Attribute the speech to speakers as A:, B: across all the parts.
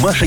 A: Маша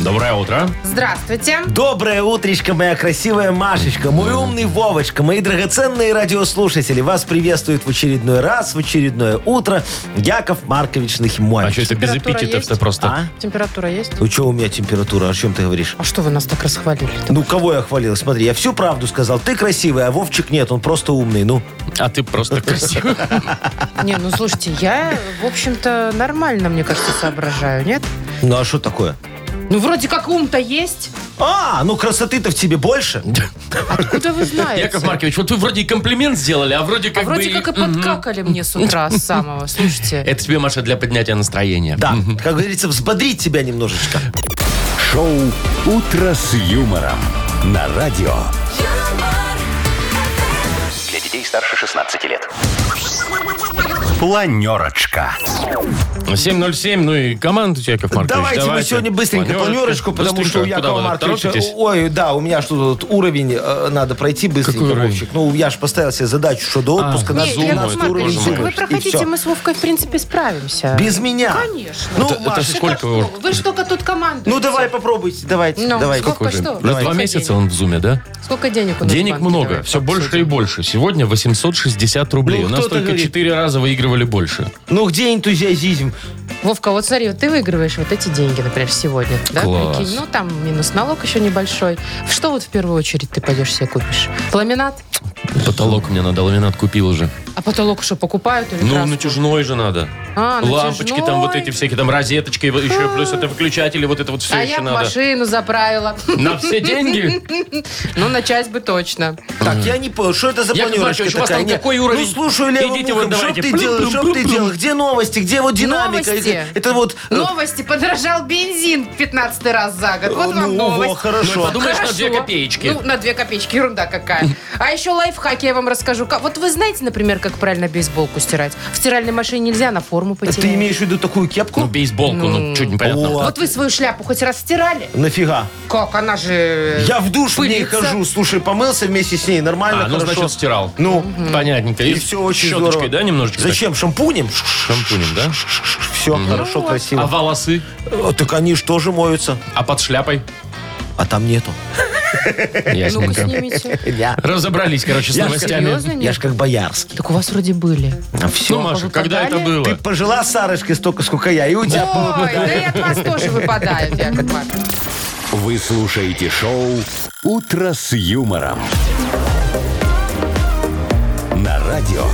B: Доброе утро.
C: Здравствуйте.
D: Доброе утречко, моя красивая Машечка, мой умный Вовочка, мои драгоценные радиослушатели. Вас приветствует в очередной раз, в очередное утро Яков Маркович
B: А что
D: Нахимович.
B: это без
C: Температура
B: эпитетов-то
C: есть?
B: просто?
D: А?
C: Температура есть?
D: Ну что у меня температура, о чем ты говоришь?
C: А что вы нас так расхвалили?
D: Ну, кого я хвалил? Смотри, я всю правду сказал. Ты красивый, а Вовчик нет, он просто умный. Ну,
B: А ты просто красивый.
C: Не, ну слушайте, я, в общем-то, нормально, мне кажется, соображаю, нет?
D: ну а что такое?
C: Ну, вроде как ум-то есть.
D: А, ну красоты-то в тебе больше.
C: Куда вы знаете?
B: Яков Маркович, вот вы вроде и комплимент сделали, а вроде
C: А
B: как
C: вроде
B: бы
C: как и
B: Мгм.
C: подкакали мне с утра с самого. Слушайте,
B: Это тебе, Маша, для поднятия настроения.
D: Да, как говорится, взбодрить тебя немножечко.
A: Шоу «Утро с юмором» на радио. Для детей старше 16 лет. Планерочка.
B: 7.07, ну и команду тебе, Яков Маркович.
D: Давайте, мы сегодня быстренько планерочку, потому что у
B: Быстренько. а Куда
D: Якова
B: вы,
D: Марковича...
B: торопитесь?
D: Ой, да, у меня что-то тут уровень э, надо пройти быстренько,
B: Какой уровень?
D: Вовчик. Ну, я же поставил себе задачу, что до
B: А,
D: отпуска
B: на
D: на
C: не,
B: Zoom,
C: Яков
B: это
D: 12 уровень
C: Маркович,
B: можно.
C: вы
D: зубришь, и
C: проходите,
D: всё.
C: мы с Вовкой, в принципе, справимся.
D: Без меня?
C: Конечно.
D: Ну,
B: Это- это
D: Машечка,
B: ж сколько вы-
C: Вы же только тут команду.
D: ну, давай попробуйте, давайте,
C: Ну,
D: давайте.
C: сколько-
B: Какой же?
C: что?
B: Раз
D: Давайте.
B: два месяца он в зуме, да?
C: Сколько денег у нас в
B: Денег
C: банке,
B: много,
C: давай
B: все
C: обсудим.
B: больше и больше. Сегодня 860 рублей.
D: Ну,
B: У нас
D: кто-то
B: только
D: говорит.
B: 4 раза выигрывали больше.
D: Ну, где энтузиазизм?
C: Вовка, вот смотри, вот ты выигрываешь вот эти деньги, например, сегодня. Да,
B: Класс.
C: прикинь? Ну, там минус налог еще небольшой. Что вот в первую очередь ты пойдешь себе купишь? Ламинат?
B: Потолок мне надо, ламинат купил уже.
C: А потолок что, покупают или
B: Ну,
C: краску?
B: натяжной же надо.
C: А,
B: Лампочки там вот
C: натяжной.
B: эти всякие, там розеточки, вот еще плюс это выключатели, вот это вот все
C: А
B: еще
C: я б
B: надо.
C: машину заправила.
B: На все деньги?
C: Ну, на часть бы точно.
D: Так, я не понял, что это за
B: Яков
D: планерочка
B: Маркович, у вас
D: такая?
B: там
D: Нет,
B: какой уровень?
D: Ну, слушаю левым
B: Идите вот
D: ухом, что
B: давайте.
D: ты
B: Плюм,
D: делал,
B: плюм,
D: что
B: плюм,
D: ты
B: плюм.
D: делал, где новости, где вот динамика?
C: Новости. Ну,
D: Это вот...
B: Ну.
D: э,
C: Новости. Подорожал бензин 15 раз за год.
B: Э,
C: Вот
D: ну,
C: вам
D: во,
C: новость.
D: хорошо.
B: Ну, Думаешь, на
C: Хорошо.
B: две копеечки?
C: Ну, на две копеечки, ерунда какая. А еще лайфхаки я вам расскажу. Ка- Вот вы знаете, например, как правильно бейсболку стирать? В стиральной машине нельзя, на форму потерять.
D: Ты имеешь в виду такую
B: Ну,
D: кепку?
B: бейсболку, ну, чуть непонятно.
D: О.
C: Вот вы свою шляпу хоть раз стирали?
D: Нафига?
C: Как, она же...
D: Я в душ в ней
C: пылится.
D: хожу, слушай, помылся вместе с ней, нормально,
B: А, ну,
D: хорошо.
B: значит, стирал.
D: Ну,
B: Понятненько.
D: и все очень
B: щеточкой,
D: здорово.
B: да, немножечко? так?
D: Зачем? Шампунем?
B: Шампунем, да?
D: Все, хорошо,
C: вот.
B: А
D: красиво.
B: волосы?
D: Э, Так они же тоже моются.
B: А под шляпой?
D: А там нету.
B: Ну,
C: Ну-ка,
B: Ясненько.
C: э, снимите.
D: Я,
B: Разобрались, короче, с
D: Я
B: новостями.
C: Серьезно?
D: я ж
C: Нет?
D: как боярский.
C: Так у вас вроде были.
B: Ну,
D: все.
B: Маша,
C: вы
B: когда это
C: подали?
B: было?
D: А Ты пожила с Сарочкой столько, сколько я, и у тебя было бы,
C: Ой, да и от вас тоже выпадают, Яков Маркович.
A: Вы слушаете шоу «Утро с юмором». На радио.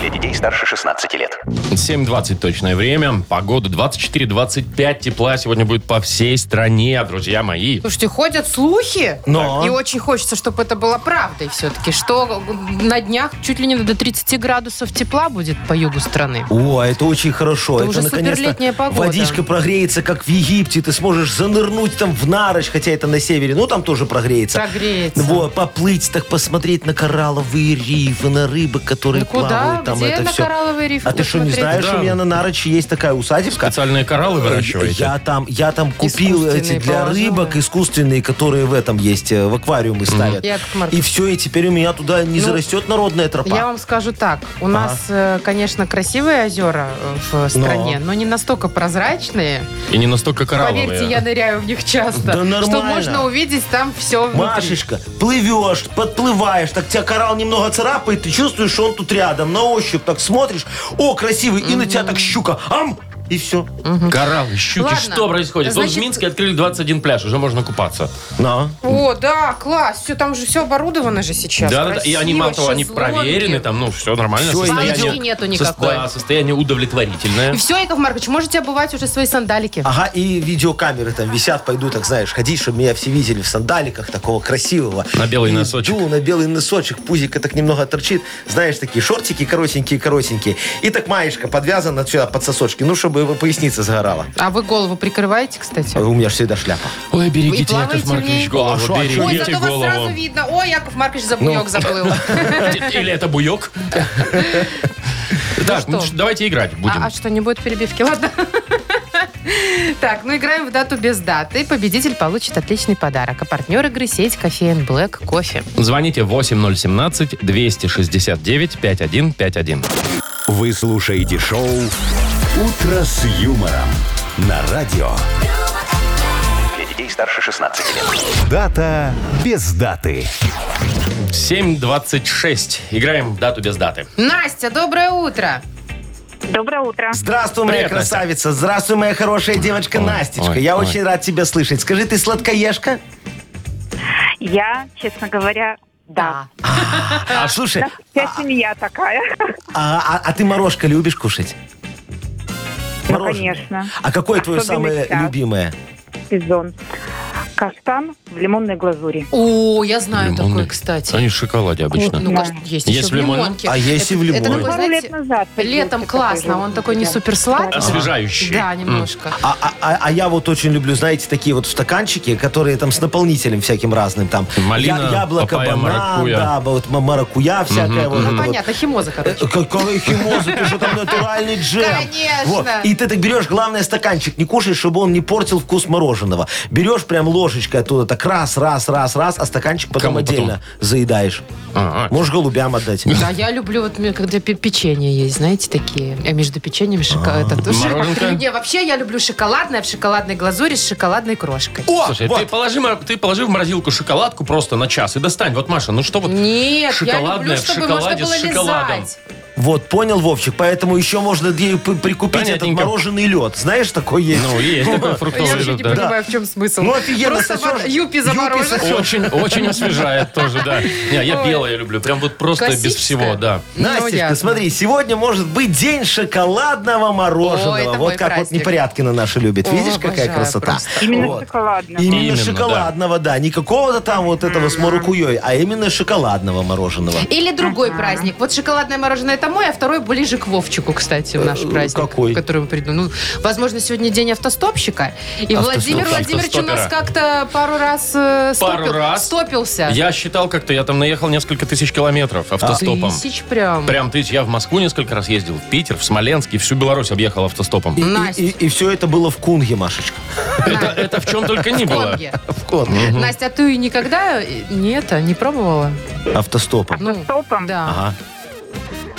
A: Для детей старше 16 лет.
B: 7.20 точное время. Погода 24-25. Тепла сегодня будет по всей стране, друзья мои.
C: Слушайте, ходят слухи,
D: Но.
C: и очень хочется, чтобы это было правдой все-таки, что на днях чуть ли не до 30 градусов тепла будет по югу страны.
D: О, это очень хорошо.
C: Это
D: это
C: уже суперлетняя
D: наконец-то
C: погода.
D: водичка прогреется, как в Египте. Ты сможешь занырнуть там в нарочь, хотя это на севере, но там тоже прогреется.
C: Прогреется.
D: Вот, поплыть, так посмотреть на коралловые рифы, на рыбы, которые
C: Ну куда?
D: плавают. Там
C: Где
D: это
C: на
D: все.
C: коралловые рифы
D: А ты что, не
C: посмотреть?
D: знаешь,
B: Да.
D: у меня на Нарочи есть такая усадебка?
B: Специальные кораллы выращиваете?
D: Я там, я там купил
C: Искусственные
D: эти для
C: положила.
D: рыбок искусственные, которые в этом есть, э, в аквариумы ставят.
C: Яков Маркович.
D: И все, и теперь у меня туда не
C: Ну,
D: зарастет народная
C: Я
D: тропа.
C: вам скажу так. У нас, э, конечно, красивые озера э, в стране, но, не настолько прозрачные.
B: И не настолько коралловые.
C: Поверьте, я ныряю в них часто.
D: Да
C: Что
D: нормально.
C: можно увидеть там все внутри.
D: Машечка, плывешь, подплываешь, так тебя коралл немного царапает, ты чувствуешь, что он тут рядом, на ощупь так смотришь, о, красивый, и на тебя так щука, ам, и все.
B: Кораллы, щуки,
C: Ладно.
B: что происходит? Вот
C: Значит-
B: в Минске открыли 21 пляж, уже можно купаться.
D: На.
C: О, да, класс. Все, там же все оборудовано же сейчас.
B: Да, да, да. И они, мало
C: Красиво,
B: того, они
C: шезлонги.
B: проверены, там, ну, все нормально.
D: Всё, и
C: Паники нету никакой.
B: Да, состояние удовлетворительное.
C: И все, Яков Маркович, можете обувать уже свои сандалики.
B: А.
D: Ага, и видеокамеры там висят, пойду, так знаешь, ходить, чтобы меня все видели в сандаликах такого красивого.
B: На белый
D: Иду
B: носочек.
D: на белый носочек, пузико так немного торчит. Знаешь, такие шортики коротенькие-коротенькие. И так маечка подвязана сюда под сосочки, ну, чтобы его поясница сгорала.
C: А вы голову прикрываете,
D: Ой,
C: кстати?
D: У меня же всегда шляпа.
B: Ой,
C: И
B: берегите,
C: плаваете в
B: Яков
C: ней?
B: Маркович,
D: А
B: голову,
D: шо, а чё?
C: Ой,
B: берегите
C: зато вас сразу
B: голову. Ну.
C: видно. Ой, Яков Маркович за буйок заплыл.
B: Или это буек? Так, ну,
C: что?
B: ш- ну давайте играть будем.
C: А а что, не будет перебивки? Ладно. Так, ну играем в дату без даты. Победитель получит отличный подарок. А партнер игры сеть кофеин Блэк Кофе.
B: Звоните 8017-269-5151.
A: Вы слушаете шоу «Утро с юмором» на радио. Для детей старше 16 лет. Дата без даты.
B: 7.26. Играем в дату без даты.
C: Настя, доброе утро.
E: Доброе утро.
D: Здравствуй, моя
B: Привет, Настя.
D: красавица. Здравствуй, моя хорошая девочка
B: Ой,
D: Настечка.
B: ой,
D: Я
B: ой.
D: очень рад тебя слышать. Скажи, ты сладкоежка?
E: Я, честно говоря, да.
D: А, слушай,
E: Вся семья такая.
D: а, а- а ты морожка любишь кушать?
E: Ну,
D: Мороженое.
E: конечно.
D: А какое твое
E: Особенно
D: самое
E: сейчас.
D: любимое?
E: Сезон. Каштан в лимонной глазури.
C: О, я знаю
B: Лимонный. А
C: такое, А, кстати.
B: Они шоколаде обычно.
C: Ну,
E: Да.
C: конечно, есть,
B: Есть
C: еще в
B: в лимоне?
C: лимонке.
D: А есть и в лимоне.
C: Это такой,
E: Ну, Пару лет
C: Ну, знаете,
E: назад.
C: летом
E: появился такой
C: классно. Он
E: желтый,
C: такой не
E: да.
C: супер сладкий.
B: Освежающий.
C: Да,
B: М.
C: немножко.
D: А, а- а- а я вот очень люблю, знаете, такие вот стаканчики, которые там с наполнителем всяким разным, там
B: Малина,
D: я- яблоко,
B: папайя,
D: банан,
B: маракуйя.
D: да, вот м- маракуя всякая вот.
C: Ну,
D: это вот.
C: понятно, химоза,
D: Э,
C: короче.
D: Какой химоза, ты что там натуральный джем.
C: Конечно.
D: Вот. И ты так берешь, главное, стаканчик не кушаешь, чтобы он не портил вкус мороженого. Берешь прям ложечкой оттуда, так раз, раз, раз, раз, а стаканчик потом
B: Кому потом?
D: отдельно заедаешь.
B: А, а.
D: Можешь голубям отдать.
C: Да, я люблю вот мне, когда пе- печенье есть, знаете, такие. А между печеньем шоколад. это тоже-
B: Мороженка?
C: Не, вообще я люблю шоколадное в шоколадной глазури с шоколадной крошкой.
D: О,
B: Слушай,
D: вот.
B: ты, положи, мор- ты положи в морозилку шоколадку просто на час и достань. Вот, Маша, ну что вот...
C: Нет, я люблю,
B: Шоколадное в
C: чтобы можно
B: шоколаде
C: было
B: с шоколадом.
C: лизать.
D: Вот, понял, Вовчик, поэтому еще можно ей п- прикупить этот
B: Понятненько.
D: мороженый лед. Знаешь, такой есть.
B: Ну, есть такой
C: Я
B: фруктовый
C: вообще не
B: лед, да.
C: понимаю, в чем смысл.
D: Ну, офигенно,
C: Просто
D: сосешь.
C: вот юпи заморожен.
D: сосешь.
B: Очень, очень освежает тоже, да. Не, я
C: Ой.
B: белое люблю, прям вот просто без
C: Классическое?
B: всего, да.
C: Ну,
D: Настечка,
C: ясно.
D: смотри, сегодня может быть день шоколадного мороженого.
C: О, это
D: вот
C: мой
D: как вот
C: праздник.
D: Непорядкина наша любит.
C: О,
D: Видишь, какая
C: обожаю
D: красота?
C: просто.
E: Именно
D: Вот.
E: шоколадно.
D: Именно,
B: Именно, да.
D: шоколадного, да. Не какого-то там вот этого с маракуей, а именно шоколадного мороженого.
C: Или другой праздник. Вот шоколадное мороженое это мой, а второй ближе к Вовчику, кстати, в наш
D: Э,
C: праздник.
D: какой?
C: Который мы придумали. Ну, возможно, сегодня день автостопщика. И
D: Автостоп-
C: Владимир Владимирович у нас
B: автостопера.
C: как-то пару раз э,
B: Пару
C: стопил-
B: раз?
C: стопился.
B: Я считал как-то, я там наехал несколько тысяч километров автостопом.
C: Тысяч прям.
B: Прям тысяч. Я в Москву несколько раз ездил, в Питер, в Смоленск и всю Беларусь объехал автостопом.
D: И,
C: Настя.
D: все это было в кунге, Машечка.
B: Это, это в чем только не было.
C: Конги.
D: В кунге.
C: Настя, а ты никогда э, не это, не пробовала?
D: Автостопом.
C: Ну,
E: Топом.
C: да.
D: Ага.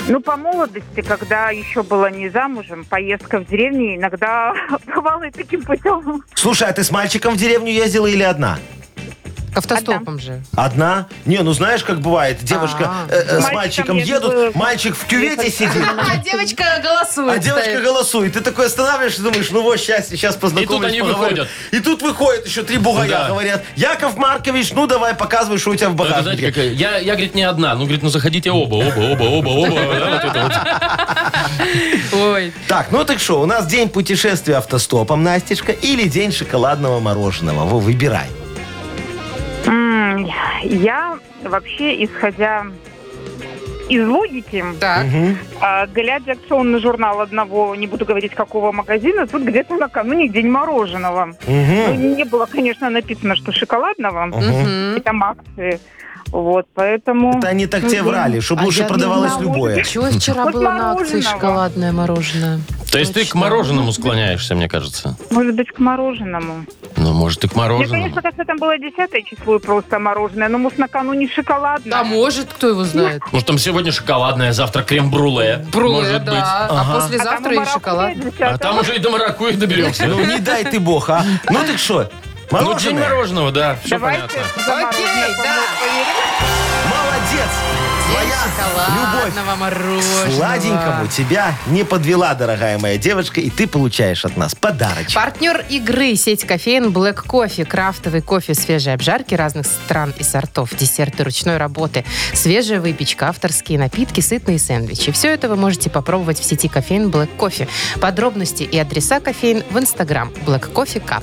E: Ну, по молодости, когда еще была не замужем, поездка в деревню иногда бывала и таким путем.
D: Слушай, а ты с мальчиком в деревню ездила или одна?
C: Автостопом же.
D: Одна? Не, ну знаешь, как бывает, девушка
C: А.
D: э, э, с
E: Мальчиком
D: мальчиком
E: я
D: едут,
E: думаю,
D: мальчик в кювете сидит,
C: А девочка голосует.
D: а девочка голосует. Ты такой останавливаешься, думаешь, ну вот счастье, сейчас познакомлюсь.
B: И тут они
D: поговорю.
B: выходят.
D: И тут выходят еще три бугая,
B: Да. Ну,
D: говорят, Яков Маркович, ну давай, показывай, что у тебя в
B: Это, знаете,
D: багажнике.
B: как, я, я, говорит, не одна. Ну, говорит, ну заходите оба, оба, оба, оба, оба. Да, вот это вот.
C: Ой.
D: Так, ну так что, у нас день путешествия автостопом, Настечка, или день шоколадного мороженого. Во, выбирай.
E: М, Я вообще, исходя из логики,
C: Так.
E: а, глядя акционный журнал одного, не буду говорить какого магазина, тут где-то накануне день мороженого. Ну,
D: Мгм.
E: не было, конечно, написано, что шоколадного,
D: Мгм.
E: и там акции. Вот, поэтому...
D: Это они так тебе врали, чтобы
C: А
D: уже
C: я
D: продавалось
E: думала,
D: любое.
C: Чего вчера
E: Хоть
C: было на акции
E: мороженого.
C: шоколадное мороженое?
B: То есть ты к
C: Точно.
B: мороженому склоняешься, мне кажется.
E: Может быть, к мороженому.
B: Ну, может, и к
E: Мне,
B: мороженому.
E: конечно, кажется, там было 10 число и просто мороженое, но, может, накануне шоколадное.
C: Да А может, кто его знает.
B: Может, там сегодня шоколадное, а завтра крем-бруле.
C: Бруле,
B: Может быть.
C: да.
D: Ага.
C: А
E: А там
C: послезавтра и
E: маракуйя
C: шоколад.
E: 10.
B: А там уже и до маракуйи доберемся.
D: Ну не дай ты бог, а. Ну так что,
B: Ну, день
D: мороженое.
B: мороженого, да. Все
E: Давайте
B: понятно.
E: за мороженое
C: Окей, да.
E: поговорим.
D: Молодец. Твоя любовь.
C: шоколадного мороженого.
D: к Сладенькому тебя не подвела, дорогая моя девочка, и ты получаешь от нас подарочек.
C: Партнер игры сеть кофеин Black Coffee. Крафтовый кофе свежей обжарки разных стран и сортов, десерты ручной работы, свежая выпечка, авторские напитки, сытные сэндвичи. Все это вы можете попробовать в сети кофеин Black Coffee. Подробности и адреса кофеин в инстаграм Black Coffee Cup.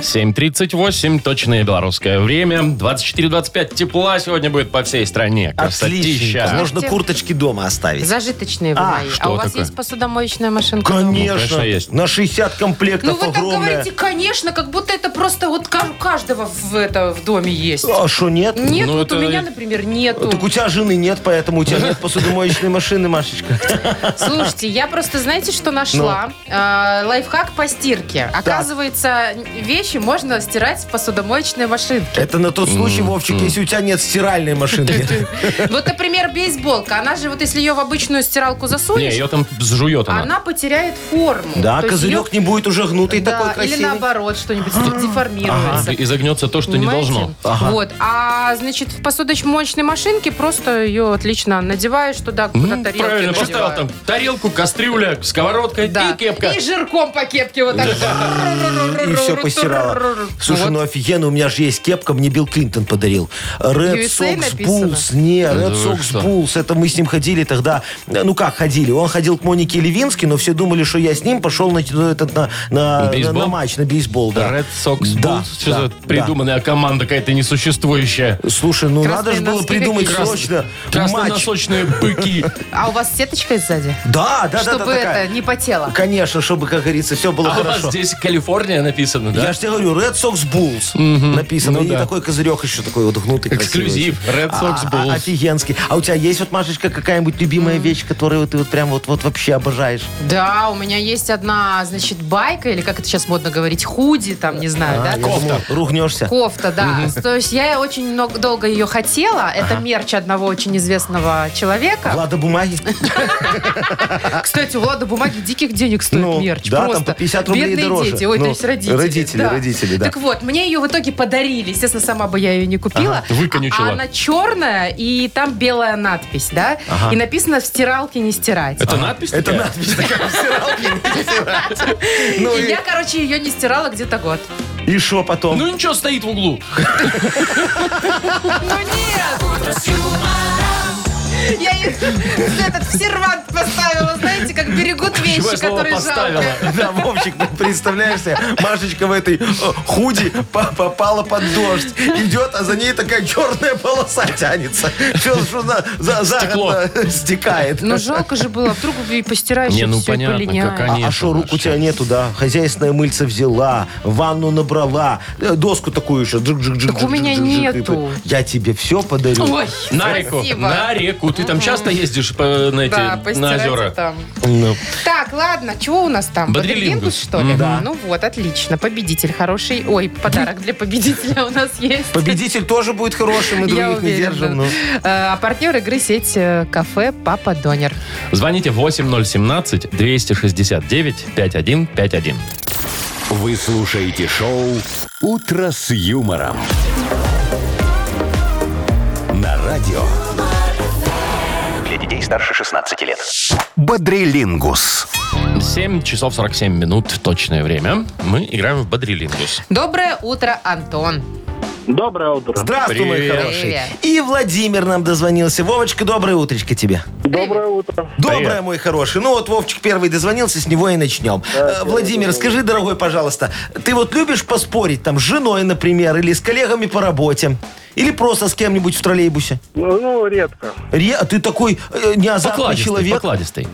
B: 7.38, точное белорусское время. 24-25 тепла сегодня будет по всей стране.
D: Отлично.
B: Красотища.
D: Можно курточки дома оставить.
C: Зажиточные вы
D: А,
C: мои.
B: что
C: А у вас
B: такое?
C: есть посудомоечная машинка?
D: Конечно.
B: Ну, конечно, есть.
D: На 60
C: Ну,
D: комплектов
C: вы так
D: огромная.
C: говорите, конечно, как будто это просто вот ка- у каждого в, это, в доме есть.
D: А что, нет?
C: Нет,
B: Ну,
C: вот
B: это-
C: у меня, например, нету.
D: Так у тебя жены нет, поэтому у тебя нет посудомоечной машины, Машечка.
C: Слушайте, я просто, знаете, что
D: Ну.
C: нашла? Э, лайфхак по стирке. Оказывается, вещи можно стирать в посудомоечной машинке.
D: Это на тот случай, Вовчик, если у тебя нет стиральной машины.
C: Вот, например, бейсболка. Она же, вот если ее в обычную стиралку
B: Не,
C: засунешь,
B: ее там сжует она.
C: она потеряет форму.
D: Да,
C: То есть её-
D: козырек не будет уже гнутый
C: Да,
D: такой
C: или
D: красивый. А,
C: наоборот, что-нибудь деформируется.
B: И загнется то, что не
C: Понимаете?
B: должно.
C: Вот. А, значит, в посудочмоечной машинке просто ее отлично надеваешь туда, куда
B: Ну,
C: тарелки
B: правильно,
C: надевают.
B: поставил там тарелку, кастрюля, сковородка
C: Да.
B: и кепка.
C: И жирком по кепке вот так.
D: И все постирала. Слушай,
C: Вот.
D: ну офигенно, у меня же есть кепка, мне Билл Клинтон подарил. Red
C: USA
D: Sox
C: написано.
D: Bulls. Не, Red
B: вы что?
D: Sox Bulls. Это мы с ним ходили тогда. Да, Ну как ходили? Он ходил к Монике Левински, но все думали, что я с ним пошел на, ну, этот, на, на-
B: Бейсбол?
D: на- на матч, на бейсбол. Да.
B: Red Sox
D: Да,
B: Bulls. Что
D: да,
B: за
D: да.
B: придуманная команда какая-то несуществующая?
D: Слушай, ну
C: Красные
D: надо же было
C: носки
D: придумать
C: какие-то.
D: срочно матч.
B: Красноносочные быки.
C: А у вас сеточка сзади?
D: Да, да, да, да,
C: Чтобы
D: такая.
C: это не потело.
D: Конечно, чтобы, как говорится, все было
B: А у вас
D: хорошо.
B: здесь Калифорния написано, да?
D: Я же тебе говорю, Red Sox Bulls написано.
B: Ну
D: и
B: да.
D: такой козырек еще такой вот гнутый. красивый.
B: Эксклюзив. Red Sox
D: А, а,
B: Bulls.
D: Офигенский. А у тебя есть вот, Машечка, какая-нибудь любимая вещь, которую ты вот прям вот, вот вообще обожаешь?
C: Да, у меня есть одна, значит, байка, или как это сейчас модно говорить, худи, там, не знаю, да?
D: А, Я думал, Ругнешься.
C: Кофта, да. То есть я очень много, долго ее хотела. Это мерч одного очень известного человека.
D: Влада бумаги.
C: А, Кстати, у Влада бумаги диких денег стоит
D: Ну,
C: мерч.
D: да, там
C: просто.
D: по 50 рублей
C: Бедные
D: дороже.
C: дети, ой,
D: Ну,
C: то есть родители.
D: родители, родители, да.
C: Так вот, мне ее в итоге подарили. Естественно, сама бы я ее не купила.
B: Ага, выконючила.
C: А она черная, и там белая надпись, да? И написано «в стиралке не стирать».
B: Это надпись?
D: Это
B: такая?
D: надпись такая в стиралке не стирать. Ну
C: и
D: и-
C: я, короче, ее не стирала где-то год.
D: и что потом?
B: Ну ничего, стоит в углу.
C: Ну нет! Я ей этот в сервант поставила, знаете, как берегут
B: Ключевое
C: вещи,
B: слово
C: которые жалко.
B: поставила.
D: Да, Вовчик, ну, представляешь себе, Машечка в этой э, худи по- попала под дождь. Идет, а за ней такая черная полоса тянется. Все, что за, за, за
B: Стекло.
D: год, э, стекает.
C: Ну жалко же было, вдруг и постираешь,
B: Не,
C: и
B: ну
C: все
B: понятно,
C: полиняет.
B: как
D: А-
B: они- Конечно,
D: А что, рук
B: Маша.
D: у тебя нету, да? Хозяйственная мыльца взяла, ванну набрала, э, доску такую еще. джик джик джик
C: Так у меня нету.
D: Я тебе все подарю.
C: Ой,
B: На реку.
C: спасибо.
B: На реку. Ты там часто ездишь по- э, на
C: Да,
B: эти на
C: постирайте
B: озера?
C: там.
D: Ну,
C: Так, ладно, чего у нас там?
B: Бодрилингус.
C: Бодрилингус, что ли?
D: Да.
C: Ну вот, отлично. Победитель хороший. Ой, подарок для победителя у нас есть.
D: Победитель тоже будет хорошим, мы
C: Я
D: других не
C: уверена.
D: держим. ну.
C: Э, А партнер игры сеть э, кафе «Папа Донер».
B: Звоните 8017-269-5151.
A: Вы слушаете шоу «Утро с юмором». На радио.
F: Для детей старше 16 лет.
A: Бодрилингус.
B: 7 часов 47 минут точное время. Мы играем в Бодрилингус.
C: Доброе утро, Антон.
G: Доброе утро.
D: Здравствуй, мой
B: Привет.
D: хороший.
C: Привет.
D: И Владимир нам дозвонился. Вовочка, доброе утречко тебе.
G: Доброе утро.
D: Доброе, мой хороший. Ну вот Вовчик первый дозвонился, с него и начнем. Э, Владимир, скажи, дорогой, пожалуйста, ты вот любишь поспорить там с женой, например, или с коллегами по работе? Или просто с кем-нибудь в троллейбусе?
G: Ну, ну, редко.
D: Ре- а ты такой э, неазартный
B: Покладистый,
D: человек.
B: покладистый.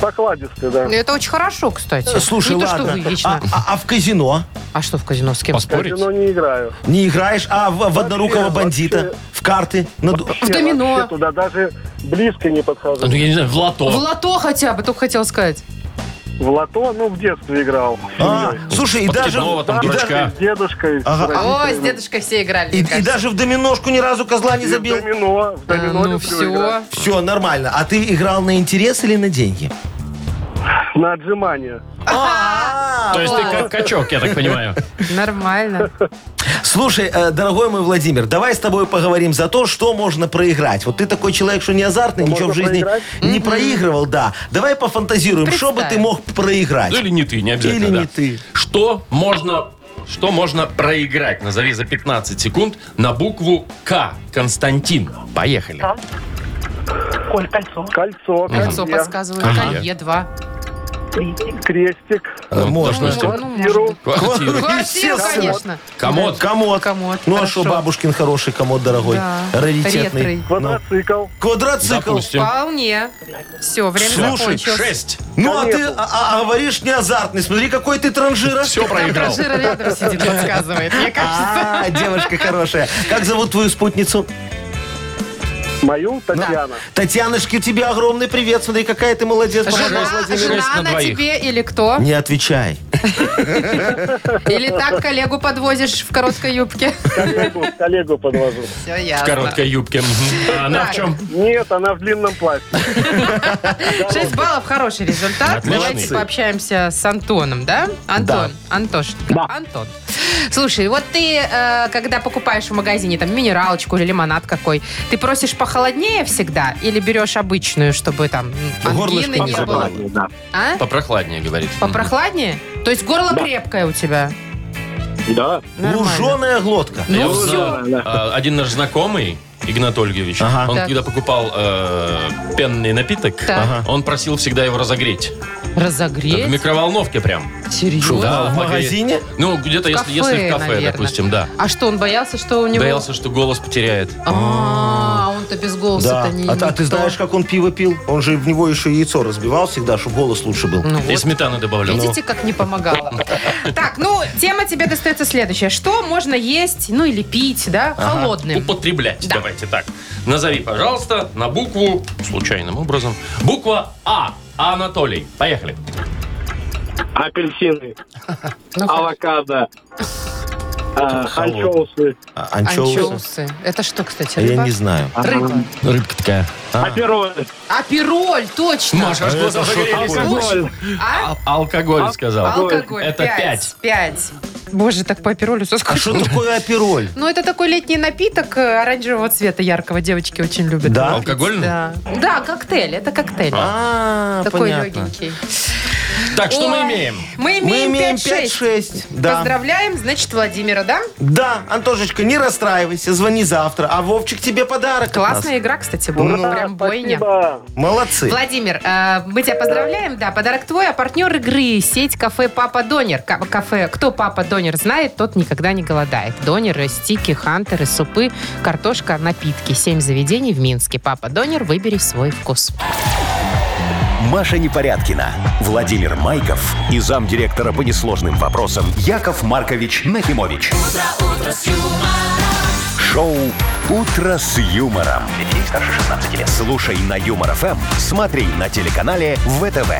G: Покладистый, да.
C: Ну, Это очень хорошо, кстати.
D: Э, Слушай,
C: Не Ну, то,
D: ладно.
C: что вы
D: а,
C: вечно.
D: а- а в казино
C: А что в казино с кем?
B: Поспорить?
G: Казино не играю.
D: не играешь, а в, в однорукого
G: вообще.
D: бандита, в карты. на ду-
G: Я
C: домино.
G: вообще туда даже близко не подхожу.
B: Ну, я не знаю, в лото.
C: В лото хотя бы, только хотела сказать.
G: В лото, ну, в детстве играл. с
D: А,
G: семьей.
D: слушай, и даже,
B: Подкидного там
D: и, даже,
B: дурачка.
G: С дедушкой. с
D: Ага.
C: О,
G: родителями.
C: с дедушкой все играли.
D: и-
C: мне
D: и
C: кажется.
D: даже в доминошку ни разу козла не
G: И в
D: забил.
G: домино. В
C: А,
G: домино
C: Ну
G: люблю играть.
C: все.
D: Все, нормально. А ты играл на интерес или на деньги?
G: На отжимания.
D: А,
B: То есть ты как качок, я так понимаю.
C: Нормально.
D: Слушай, э, дорогой мой Владимир, давай с тобой поговорим за то, что можно проиграть. Вот ты такой человек, что не азартный, ничего в
G: Можно
D: жизни
G: проиграть?
D: не проигрывал, да. Давай пофантазируем, что бы
C: Представь.
D: ты мог проиграть.
B: Ну, или не ты, не обязательно.
D: Или
B: да.
D: не ты.
B: Что можно... Что можно проиграть? Назови за 15 секунд на букву К. Константин. Поехали.
H: Коль, кольцо.
G: Кольцо.
C: Кольцо
G: колье.
C: подсказывает.
B: Ага.
C: Колье 2.
E: крестик.
G: крестик,
D: Э,
B: Ну,
D: Можно.
B: должно-
C: Ну, может быть.
B: Квартиру.
C: Квартиру, конечно.
B: Комод.
D: Комод.
C: Комод,
D: Ну а
C: хорошо.
D: что, бабушкин хороший комод дорогой.
C: Да.
D: Раритетный.
C: Ретрый.
D: Ну,
G: квадроцикл,
D: Квадроцикл.
B: Допустим.
C: Вполне. Все, время
B: Слушай,
C: закончилось.
B: шесть.
D: Ну а ты а- а говоришь не азартный. Смотри, какой ты транжира.
B: Все
C: Там
B: проиграл.
C: Жира рядом сидит, подсказывает. Мне кажется.
D: А, девушка хорошая. Как зовут твою спутницу?
G: мою Татьяна.
D: Татьяночки, тебе огромный привет. Смотри, какая ты молодец.
C: Жена,
D: Помогла Владимиру.
C: жена
B: Шесть на
C: на
B: двоих.
C: тебе или кто?
D: Не отвечай.
C: Или так коллегу подвозишь в короткой юбке?
G: Коллегу, коллегу подвожу.
C: Все
B: В
C: ясно.
B: короткой юбке. Мгм. А Она в чем?
G: Нет, она в длинном платье.
C: 6 баллов хороший результат.
B: Отличный.
C: Давайте пообщаемся с Антоном, да? Антон. Антош. Антон. Слушай, вот ты, э, когда покупаешь в магазине там минералочку или лимонад какой, ты просишь похолоднее всегда или берешь обычную, чтобы там м,
D: Горлышко
C: ангины
D: не
C: не было?
G: Да,
C: А?
B: Попрохладнее, говорит.
C: Попрохладнее? То есть горло крепкое у тебя?
G: да.
C: Нормально.
D: Луженая глотка.
B: Я
C: Ну
B: узнал,
C: все.
B: а, Один наш знакомый, Игнат Ольгович,
D: Ага.
B: он
C: Так.
B: когда покупал э, пенный напиток,
C: Так.
B: ага, он просил всегда его разогреть. В
C: Разогреть?
B: микроволновке прям.
C: Серьезно?
B: Да,
D: в
B: погоди.
D: магазине?
B: Ну, где-то, если, если в кафе,
C: наверное.
B: допустим, да.
C: А что, он боялся, что у него...
B: Боялся, что голос потеряет.
C: Ну А, он-то без
D: Да.
C: голоса-то не...
D: А, та-
C: никто.
D: ты знаешь, как он пиво пил? Он же в него еще яйцо разбивал всегда, чтобы голос лучше был.
C: Ну
B: И
C: вот.
B: сметану добавлял.
C: Видите, как не помогало. Так, ну, тема тебе достается следующая. Что можно есть, ну или пить, да, холодным?
B: Ну, Употреблять. Давайте так. Назови, пожалуйста, на букву, случайным образом, буква А. Анатолий. Поехали.
G: Апельсины,
C: Ну,
G: авокадо,
B: анчоусы.
G: анчоусы.
D: А-
C: анчоусы.
D: анчоусы?
C: Это что, кстати,
D: А Я
C: рыба?
D: не знаю.
C: Рыба.
B: Рыбка такая.
G: А Апероль,
C: Апероль, А точно.
B: Маша, аж глаза загорелись.
G: алкоголь,
C: А?
B: А- Алкоголь сказал.
C: Алкоголь.
B: Это
C: пять. Пять. Боже, так по аперолю все
D: А что такое апероль?
C: Ну, это такой летний напиток э, оранжевого цвета, яркого. Девочки очень любят.
D: Да?
C: его пить.
B: Алкогольный?
C: Да. Да, коктейль. Это коктейль.
D: А,
C: Такой
D: понятно.
C: легенький.
B: Так, что мы
C: Ой,
B: имеем?
C: Мы
D: Мы
C: имеем,
D: имеем
C: 5-6.
D: 5-6. Да.
C: Поздравляем, значит, Владимира, да?
D: Да, Антошечка, не расстраивайся, звони завтра. А Вовчик тебе подарок. от
C: Классная
D: нас.
C: игра, кстати, была.
D: Ну,
C: Прям бойня.
G: спасибо.
D: Молодцы.
C: Владимир, э, мы тебя поздравляем, да, подарок твой, а партнер игры сеть кафе Папа Донер. Ка- кафе, кто Папа Донер знает, тот никогда не голодает. Донеры, стики, хантеры, супы, картошка, напитки. Семь заведений в Минске. Папа Донер, выбери свой вкус.
A: Маша Непорядкина, Владимир Майков и замдиректора по несложным вопросам Яков Маркович Нахимович. Шоу Утро с юмором. Для детей старше 16 лет. Слушай на юмор ФМ, смотри на телеканале ВТВ.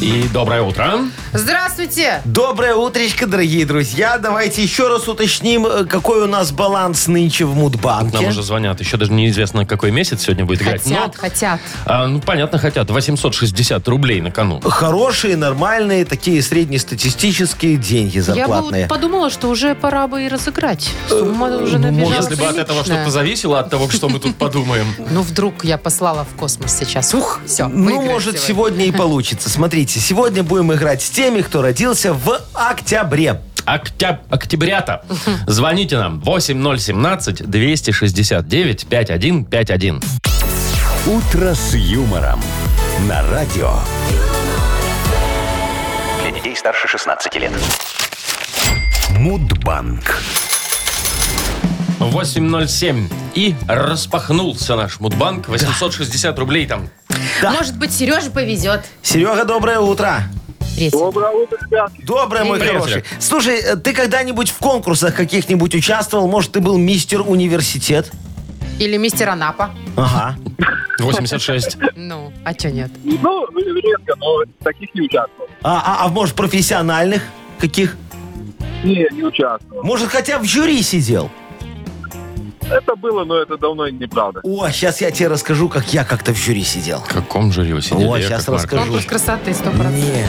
B: И доброе утро.
C: Здравствуйте!
D: Доброе утречко, дорогие друзья. Давайте еще раз уточним, э, какой у нас баланс нынче в
B: Нам
D: Мудбанке.
B: уже звонят. Еще даже неизвестно, какой месяц сегодня будет играть. Но,
C: Хотят, хотят.
B: а, ну, понятно, хотят. 860 рублей на кону.
D: Хорошие, нормальные, такие среднестатистические деньги
C: Я бы
D: зарплатные.
C: вот подумала, что уже пора бы и разыграть. Сумма уже
D: ну,
C: набежала
B: Если бы от этого
C: приличная.
B: что-то зависело, от того, что мы тут подумаем.
C: Ну, вдруг я послала в космос сейчас. Ух, все,
D: Ну, может, сегодня и получится. Смотрите, сегодня будем играть с теми, кто родился в октябре.
B: Октяб... Октябрята. Звоните нам 8017-269-5151.
A: Утро с юмором. На радио.
F: Для детей старше 16 лет.
A: Мудбанк.
B: 8.07. И распахнулся наш Мудбанк. 860 рублей там.
C: Может быть, Сереже повезет.
D: Серега, доброе утро.
C: Привет, Серега.
G: Доброе утро, ребят.
D: Доброе, мой
B: Привет,
D: хороший.
B: Серег.
D: Слушай, э, ты когда-нибудь в конкурсах каких-нибудь участвовал? Может, ты был мистер университет?
C: Или мистер Анапа.
D: Ага.
B: 86.
C: Ну, а что нет?
G: Ну, редко, но таких не участвовал.
D: А, а- а может, профессиональных каких?
G: Не, не участвовал.
D: Может, хотя в жюри сидел?
G: Это было, но это давно неправда.
D: О, сейчас я тебе расскажу, как я как-то в жюри сидел.
B: В каком жюри вы сидели,
D: О,
B: Яков
D: щас
B: Маркович?
D: расскажу.
C: Конкурс Ну, красоты 100%.
D: Не.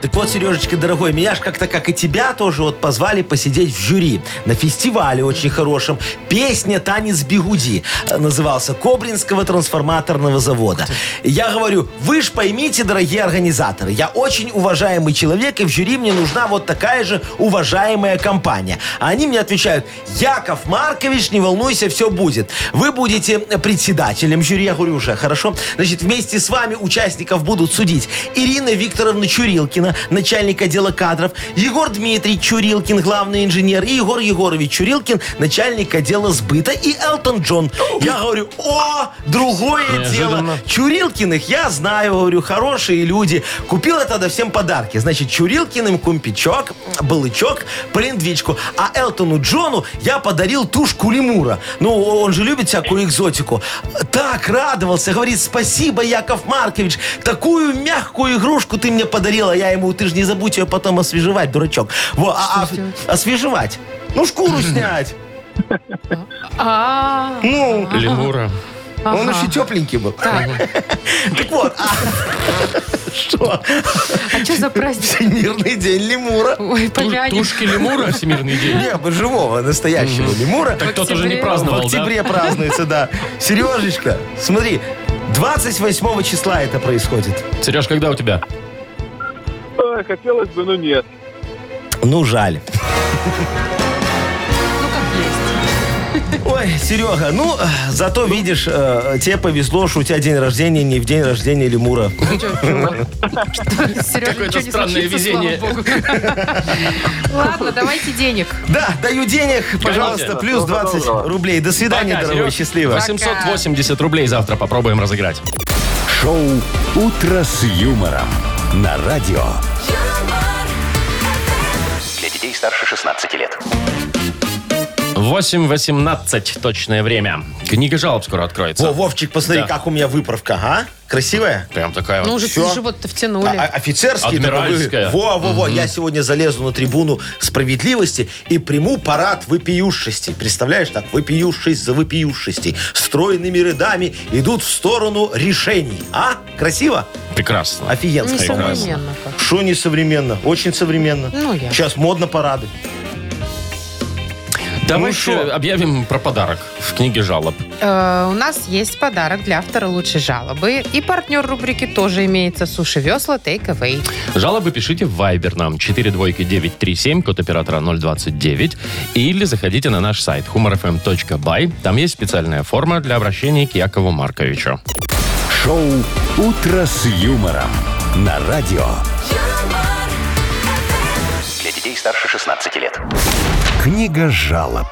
D: Так Вот, Сережечка, дорогой, меня ж как-то, как и тебя, тоже вот позвали посидеть в жюри на фестивале очень хорошем. Песня «Танец Бигуди» э, назывался Кобринского трансформаторного завода. Я говорю, вы ж поймите, дорогие организаторы, я очень уважаемый человек, и в жюри мне нужна вот такая же уважаемая компания. А они мне отвечают, Яков Маркович, не волнуйся, все будет. Вы будете председателем жюри, я говорю, уже хорошо. Значит, вместе с вами участников будут судить Ирина Викторовна Чурилкина, начальник отдела кадров, Егор Дмитрий Чурилкин, главный инженер, и Егор Егорович Чурилкин, начальник отдела сбыта, и Элтон Джон. Я говорю, о, другое дело.
B: Неожиданно.
D: Чурилкиных я знаю, говорю, хорошие люди. Купила тогда всем подарки. Значит, Чурилкиным кумпичок, балычок, брендвичку. А Элтону Джону я подарил тушку лемура. Ну, он же любит всякую экзотику. Так радовался. Говорит, спасибо, Яков Маркович. Такую мягкую игрушку ты мне подарила. Я ему, ты же не забудь ее потом освежевать, дурачок. Во, а- а-
C: сделать?
D: освежевать. Ну, шкуру снять.
C: А,
D: Ну,
B: Лемура.
D: он еще тепленький был.
C: так,
D: Так вот, а... Что?
C: а что за праздник?
D: Всемирный день лемура.
C: Ой,
B: Ту-
C: помянем.
B: Тушки лемура всемирный день.
D: Не, бы живого, настоящего лемура.
B: Так кто-то же не
C: октябре.
D: В
B: праздновал, да?
D: октябре празднуется, да. Сережечка, смотри, 28 числа это происходит.
B: Сереж, когда у тебя?
G: Э, Хотелось бы, но нет.
D: Ну, жаль.
C: Ну, как есть.
D: Ой, Серега, ну, э, зато, видишь, э, тебе повезло, что у тебя день рождения не в день рождения лемура.
C: Сережа,
B: Какое-то
C: ничего не
B: странное
C: случится,
B: везение.
C: слава богу. Ладно, давайте денег.
D: Да, даю денег, пожалуйста,
B: Конечно.
D: плюс 20 рублей. До свидания,
B: Пока,
D: дорогой,
B: Сереж.
D: счастливо.
B: 880 рублей завтра попробуем разыграть.
A: Шоу «Утро с юмором» на радио.
H: юмор,
F: Для детей старше 16 лет.
B: 8.18 точное время. Книга жалоб скоро откроется.
D: Во, Вовчик, посмотри,
B: Да.
D: как у меня выправка, а? Красивая?
B: Прям такая
C: Ну,
B: вот.
C: уже
D: всё.
C: живот-то
D: А-
C: втянули.
D: а- Офицерский.
B: Адмиральская.
D: такой, Во, во, во. Я сегодня залезу на трибуну справедливости и приму парад выпиющести. Представляешь, так, выпиющесть за выпиющестей. Стройными рядами идут в сторону решений. А? Красиво?
B: Прекрасно.
D: Офигенно.
C: Не
B: прекрасно.
C: современно как.
D: Что не современно? Очень современно.
C: Ну, я.
D: Сейчас модно парады.
B: Давай
D: Ну,
B: еще
D: шо?
B: объявим про подарок в книге жалоб.
C: Э, У нас есть подарок для автора лучшей жалобы. И партнер рубрики тоже имеется. Суши весла Take Away.
B: Жалобы пишите в Viber нам 42937, код оператора 029, или заходите на наш сайт humorfm.by. Там есть специальная форма для обращения к Якову Марковичу.
A: Шоу «Утро с юмором» на радио.
H: юмор,
F: Для детей старше 16 лет.
A: Книга жалоб.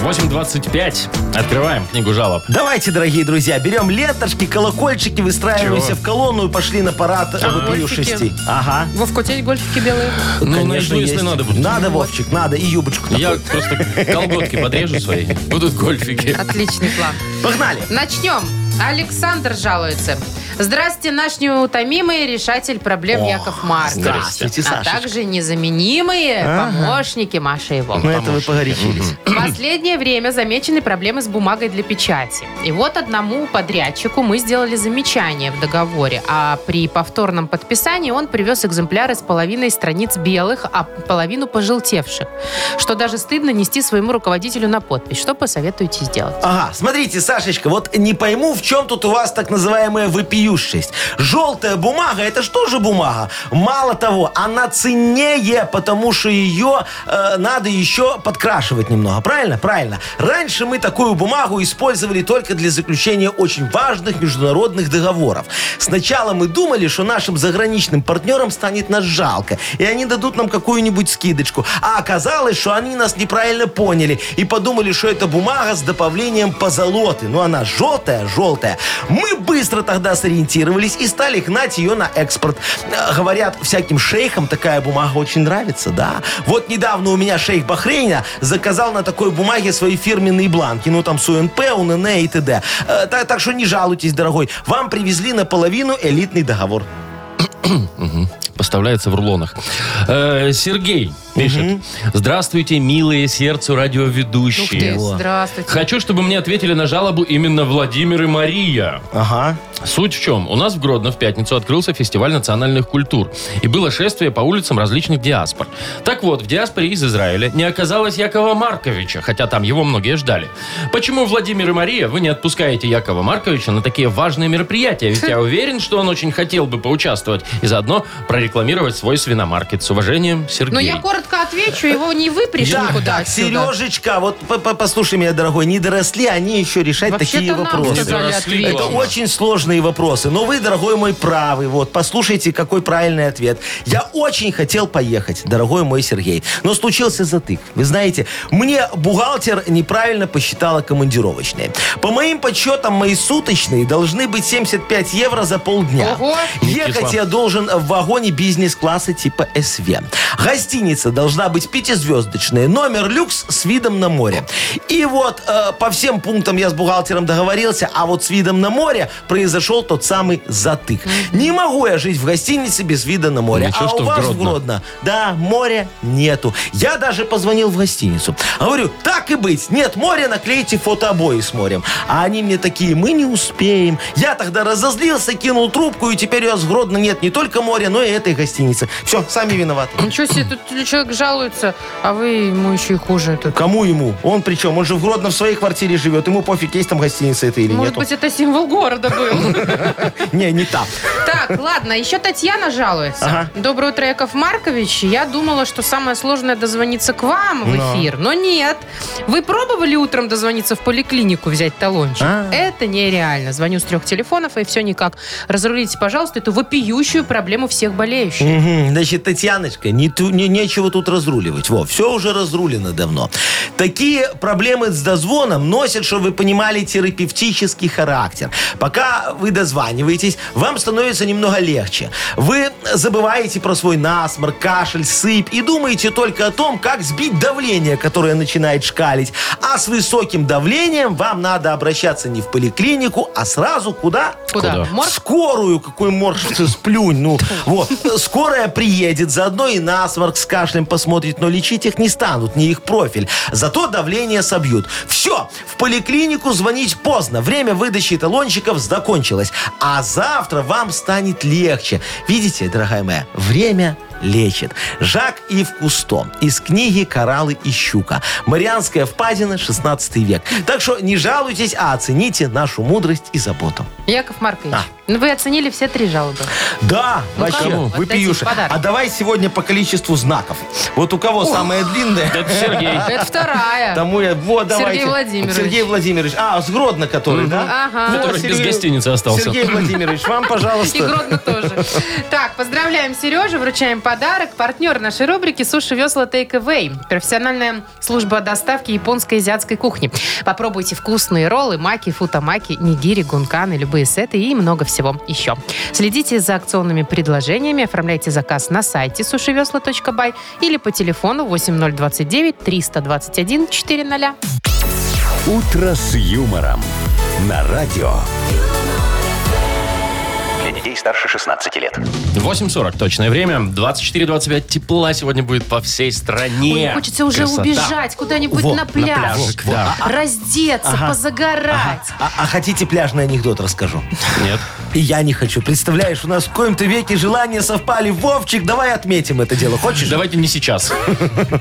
B: 8.25. Открываем книгу жалоб.
D: Давайте, дорогие друзья, берем ленточки, колокольчики, выстраиваемся
B: Чего?
D: в колонну и пошли на парад э, выпиющестей. Ага.
C: Вовка, у тебя есть гольфики белые?
B: Ну,
D: Конечно,
B: найду, если
D: есть.
B: надо будет.
D: Надо, Вовчик, надо. И юбочку
B: Я
D: такую.
B: просто колготки подрежу свои. Будут гольфики.
C: Отличный план.
D: Погнали.
C: Начнем. Александр жалуется. Здрасте, наш неутомимый решатель проблем Яков Маркович.
D: здравствуйте,
C: А
D: Сашечка.
C: также незаменимые помощники Маши и Вовы.
D: Ну, это вы погорячились.
C: В последнее время замечены проблемы с бумагой для печати. И вот одному подрядчику мы сделали замечание в договоре, а при повторном подписании он привез экземпляры с половиной страниц белых, а половину пожелтевших, что даже стыдно нести своему руководителю на подпись. Что посоветуете сделать?
D: Ага, смотрите, Сашечка, вот не пойму, в чем тут у вас так называемая вопиющесть. Желтая бумага, это что же бумага? Мало того, она ценнее, потому что ее э, надо еще подкрашивать немного. Правильно? Правильно. Раньше мы такую бумагу использовали только для заключения очень важных международных договоров. Сначала мы думали, что нашим заграничным партнерам станет нас жалко, и они дадут нам какую-нибудь скидочку. А оказалось, что они нас неправильно поняли и подумали, что это бумага с добавлением позолоты. Но она желтая, желтая. Мы быстро тогда сориентировались и стали гнать ее на экспорт. Э, Говорят, всяким шейхам такая бумага очень нравится, да. Вот недавно у меня шейх Бахрейна заказал на такой бумаге свои фирменные бланки. Ну, там с УНП, УНН и т.д. Э, та- Так что не жалуйтесь, дорогой. Вам привезли наполовину элитный договор.
B: поставляется в рулонах. Э, Сергей пишет. Здравствуйте, милые сердцу
C: Ух ты,
B: радиоведущие.
C: здравствуйте.
B: Хочу, чтобы мне ответили на жалобу именно Владимир и Мария.
D: Ага.
B: Суть в чем? У нас в Гродно в пятницу открылся фестиваль национальных культур. И было шествие по улицам различных диаспор. Так вот, в диаспоре из Израиля не оказалось Якова Марковича, хотя там его многие ждали. Почему, Владимир и Мария, вы не отпускаете Якова Марковича на такие важные мероприятия? Ведь я уверен, что он очень хотел бы поучаствовать и заодно прорекламировать свой свиномаркет. С уважением, Сергей.
C: Ну, я коротко отвечу, его не выпришь
D: Так,
C: никуда
D: так,
C: отсюда.
D: Сережечка, вот по- по- послушай меня, дорогой, не доросли они еще решать
C: Вообще-то
D: такие
C: нам
D: вопросы.
C: сказали
B: Доросли,
C: ответить.
D: Это
B: Ладно.
D: очень сложные вопросы. Но вы, дорогой мой, правы. Вот, послушайте, какой правильный ответ. Я очень хотел поехать, дорогой мой Сергей. Но случился затык. Вы знаете, мне бухгалтер неправильно посчитала командировочные. По моим подсчетам, мои суточные должны быть 75 евро за полдня.
C: Ого!
D: Ехать я должен в вагоне бизнес-класса типа СВ. Гостиница должна быть пятизвездочная, номер люкс с видом на море. И вот э, по всем пунктам я с бухгалтером договорился, а вот с видом на море произошел тот самый затык. Не могу я жить в гостинице без вида на море.
B: Ничего,
D: а
B: что
D: у
B: в
D: вас
B: Гродно.
D: в Гродно, да, моря нету. Я даже позвонил в гостиницу. А Говорю, так и быть, нет моря, наклейте фотообои с морем. А они мне такие, мы не успеем. Я тогда разозлился, кинул трубку, и теперь у вас в Гродно нет не только моря, но и этой гостиницы. Все, сами виноваты.
C: Ничего себе, тут человек жалуется, а вы ему еще и хуже. Тут.
D: Кому ему? Он причем, он же в Гродно в своей квартире живет. Ему пофиг, есть там гостиница это или
C: Может
D: нету.
C: быть, это символ города был.
D: Не, не та.
C: Так, ладно, еще Татьяна жалуется.
D: Ага.
C: Доброе утро, Яков Маркович. Я думала, что самое сложное дозвониться к вам в
D: Но.
C: эфир, но нет. Вы пробовали утром дозвониться в поликлинику, взять талончик?
D: А.
C: Это нереально. Звоню с трех телефонов, и все никак. Разрулите, пожалуйста, эту вопиющую проблему всех болеющих.
D: Мгм. Значит, Татьяночка, не, ту- не- нечего тут разруливать. Во, все уже разрулено давно. Такие проблемы с дозвоном носят, чтобы вы понимали, терапевтический характер. Пока вы дозваниваетесь, вам становится немного легче. Вы забываете про свой насморк, кашель, сыпь и думаете только о том, как сбить давление, которое начинает шкалить. А с высоким давлением вам надо обращаться не в поликлинику, а сразу куда?
C: Куда?
B: Куда?
C: В морг?
D: Скорую, какой морж, ты сплюнь, ну, вот. Скорая приедет, заодно и насморк с кашлем посмотрит, но лечить их не станут, не их профиль. Зато давление собьют. Все, в поликлинику звонить поздно, время выдачи талончиков закончилось. А завтра вам станет легче. Видите, дорогая моя, время лечит. Жак и Кусто из книги «Кораллы и щука». Марианская впадина, 16 век. Так что не жалуйтесь, а оцените нашу мудрость и заботу.
C: Яков Маркович,
D: А.
C: ну вы оценили все три жалобы.
D: Да,
C: Ну,
D: вообще,
C: кому?
D: вы
C: Отдайте
D: пиюша.
C: подарок.
D: А давай сегодня по количеству знаков. Вот у кого самое длинное,
B: Это Сергей.
C: Это вторая.
D: тому я... Вот,
C: Сергей
D: давайте.
C: Владимирович.
D: Сергей Владимирович. А, с Гродно который, да?
C: Ага.
D: Вот,
B: Который без
D: Сергей-
B: гостиницы остался.
D: Сергей Владимирович, вам,
C: И
D: пожалуйста.
C: Гродно тоже. Так, поздравляем Сережу, вручаем подарок. Партнер нашей рубрики «Суши весла Take Away». Профессиональная служба доставки японской и азиатской кухни. Попробуйте вкусные роллы, маки, футамаки, нигири, гунканы, любые сеты и много всего еще. Следите за акционными предложениями, оформляйте заказ на сайте сушевесла.бай или по телефону 8029 321 400.
A: «Утро с юмором» на радио.
F: Для детей старше 16 лет.
B: 8.40 точное время. 24-25 тепла сегодня будет по всей стране.
C: Ой, хочется уже
B: Э, Красота.
C: убежать куда-нибудь
D: Во,
C: на
D: на
C: пляж.
B: пляжик, да.
C: Раздеться, позагорать.
D: А, а хотите пляжный анекдот расскажу?
B: Нет.
D: И я не хочу. Представляешь, у нас в коем-то веке желания совпали. Вовчик, давай отметим это дело. Хочешь?
B: Давайте не сейчас.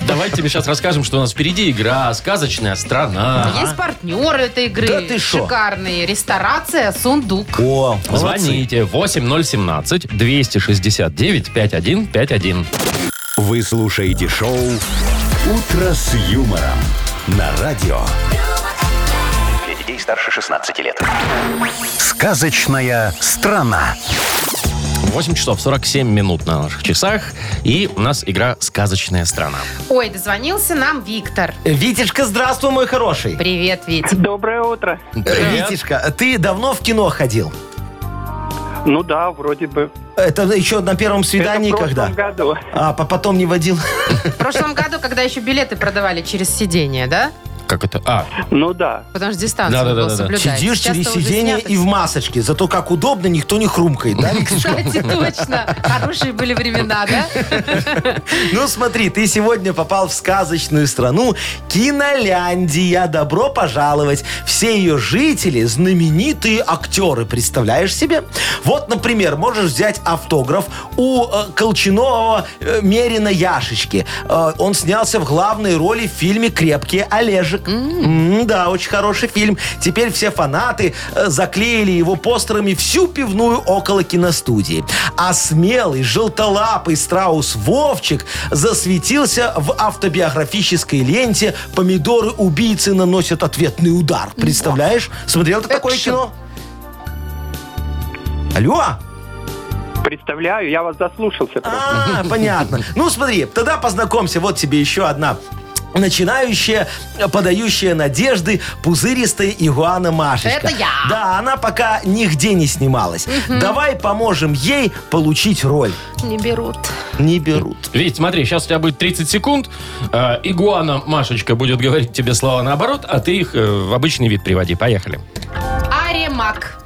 B: Давайте мы сейчас расскажем, что у нас впереди игра «Сказочная страна».
C: Есть партнер этой игры.
D: Да ты шо?
C: Шикарные. Ресторация «Сундук».
D: О, молодцы.
B: Звоните 8017-269-5151.
A: Вы слушаете шоу «Утро с юмором» на радио.
F: Для детей старше 16 лет.
A: Сказочная страна.
B: 8 часов 47 минут на наших часах. И у нас игра «Сказочная страна».
C: Ой, дозвонился нам Виктор.
D: Витечка, здравствуй, мой хороший.
C: Привет, Витя.
E: Доброе утро.
D: Э, Витечка, ты давно в кино ходил?
I: Ну да, вроде бы.
D: Это еще на первом свидании
I: Это в
D: когда?
I: прошлом году.
D: А, по- потом не водил?
C: В прошлом году, когда еще билеты продавали через сиденье, да?
B: Как это? А,
J: Ну да.
I: Потому что дистанцию
B: Да-да-да-да.
I: был соблюдать.
D: Сидишь
I: Сейчас-то
D: через
I: уже
D: сиденье
I: снято
D: и в
I: всё.
D: масочке. Зато как удобно, никто не хрумкает, да, Викторочка?
I: Кстати, точно. Хорошие были времена, да?
D: Ну смотри, ты сегодня попал в сказочную страну Киноляндия. Добро пожаловать. Все ее жители знаменитые актеры. Представляешь себе? Вот, например, можешь взять автограф у э, Колчанового э, Мерина Яшечки. Э, он снялся в главной роли в фильме «Крепкий Олежек». М, Да, очень хороший фильм. Теперь все фанаты э, заклеили его постерами всю пивную около киностудии. А смелый, желтолапый страус Вовчик засветился в автобиографической ленте «Помидоры-убийцы наносят ответный удар». Представляешь? Смотрел ты такое
I: Экшен.
D: кино? Алло?
J: Представляю, я вас заслушался. просто.
D: А, понятно. Ну, смотри, тогда познакомься. Вот тебе еще одна начинающая, э, подающая надежды, пузыристая игуана
I: Это
D: Машечка.
I: я.
D: Да, она пока нигде не снималась. Давай поможем ей получить роль.
I: Не берут.
D: Не берут.
B: Видите, смотри, сейчас у тебя будет 30 секунд. э, игуана Машечка будет говорить тебе слова наоборот, а ты их э, в обычный вид приводи. Поехали.
I: Аремак.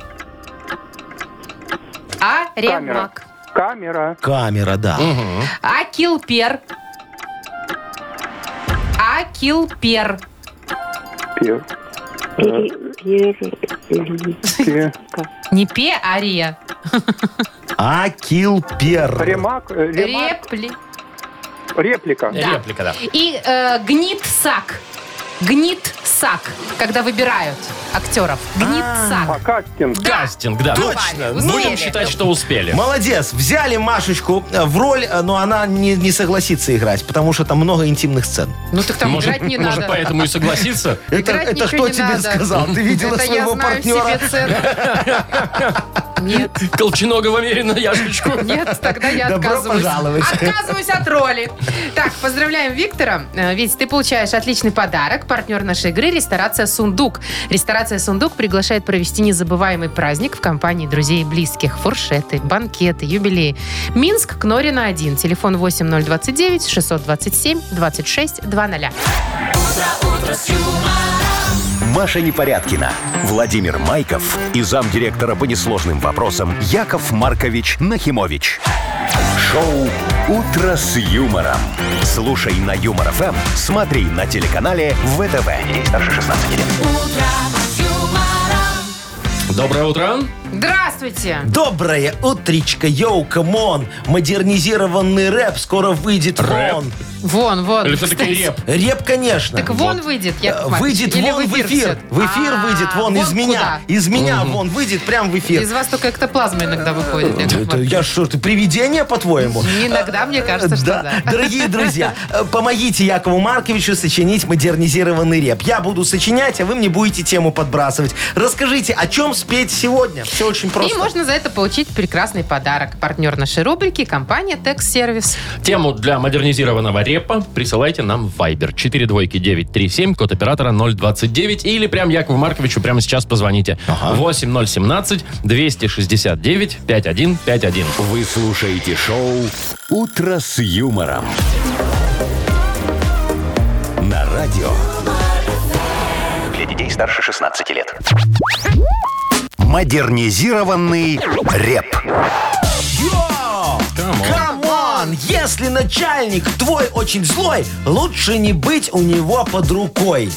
J: Камера.
I: Аремак.
J: Камера.
D: Камера, да.
I: Акилпер. Акилпер.
J: Пе- э, пе-
I: Не пе, а ре.
D: А Акилпер.
J: Ремак. э, ремарк,
I: Репли.
J: Реплика.
I: Да.
B: Реплика, да.
I: И э, гнит-сак. Гнит-сак. Когда выбирают актеров.
J: А,
I: Гнит-сак.
J: кастинг.
B: Кастинг, да.
D: Точно.
I: Давай,
D: Ну,
B: Будем
I: успели.
B: считать, что успели.
D: Молодец, взяли Машечку э, в роль, э, но она не, не согласится играть, потому что там много интимных сцен.
I: Ну так там
B: может,
I: играть не
B: может,
I: надо.
B: поэтому и согласиться?
D: Это,
I: Играть
D: это
I: ничего
D: кто
I: не
D: тебе
I: надо.
D: сказал? Ты видела
I: Это я
D: своего
I: знаю
D: партнера?
I: себе цену. Нет,
B: Колченогова Мерина Яшечку.
I: нет, тогда я
D: Добро
I: отказываюсь.
D: пожаловать.
I: Отказываюсь от роли. Так, поздравляем Виктора. Э, Вить, ты получаешь отличный подарок. Партнер нашей игры – ресторация «Сундук». Ресторация «Сундук» приглашает провести незабываемый праздник в компании друзей и близких. Фуршеты, банкеты, юбилеи. Минск, Кнорина 1. Телефон 8029 627 26 00.
A: Маша Непорядкина, Владимир Майков и замдиректора по несложным вопросам Яков Маркович Нахимович. Шоу «Утро с юмором». Слушай на Юмор ФМ, смотри на телеканале ВТВ. Здесь старше 16 лет.
B: Доброе утро.
I: Здравствуйте!
D: Доброе утречко, йоу, камон. Модернизированный рэп скоро выйдет
B: Рэп?
D: вон.
I: Вон, вон.
B: Или все-таки
I: кстати.
B: реп?
D: Рэп, конечно.
I: Так вон выйдет,
D: Э,
I: Яков Маркович,
D: Выйдет
I: или
D: вон в эфир.
I: всё?
D: В эфир
I: А,
D: выйдет вон, из меня.
I: куда?
D: Из меня вон выйдет прям в эфир. Э,
I: Из вас только эктоплазма иногда выходит. Яков
D: Это
I: Маркович.
D: я что, ты привидение, по-твоему?
I: Не Иногда, мне кажется, что да.
D: Дорогие друзья, э, помогите Якову Марковичу сочинить модернизированный реп. Я буду сочинять, а вы мне будете тему подбрасывать. Расскажите, о чем спеть сегодня? Все очень просто.
I: И можно за это получить прекрасный подарок. Партнер нашей рубрики – компания «Текс-сервис».
B: Тему для модернизированного репа присылайте нам в Viber 42937, код оператора 029, или прям Якову Марковичу прямо сейчас позвоните. 8017-269-5151.
A: Вы слушаете шоу «Утро с юмором». На радио
K: Для детей старше 16 лет.
A: «Модернизированный реп».
D: Йо!
B: Камон.
D: Камон! Если начальник твой очень злой, лучше не быть у него под рукой.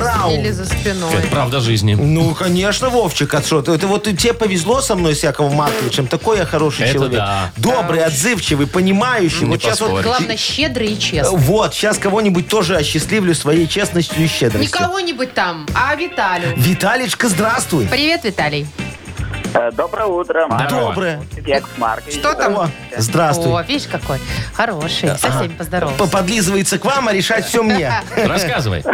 D: Раунд.
I: Или за спиной.
B: Это правда жизни.
D: Ну, конечно, Вовчик, а что ты? Это вот и тебе повезло со мной с Яковом Марковичем. Такой я хороший
B: Это
D: человек.
B: да.
D: Добрый, отзывчивый, понимающий.
B: Не
D: вот сейчас вот,
B: поспоришь.
I: Главное, щедрый и
D: э,
I: честный.
D: вот, сейчас кого-нибудь тоже осчастливлю своей честностью и
I: Не
D: щедростью.
I: кого-нибудь там, а Виталю.
D: Виталичка, здравствуй.
I: Привет, Виталий.
G: Доброе утро,
B: Здорово.
D: Доброе.
G: Яков Маркович.
I: Что там?
D: О, здравствуй.
I: О, видишь, какой хороший. Со всеми
D: П-
I: поздоровался.
D: Подлизывается к вам, а решать все мне.
B: Рассказывай.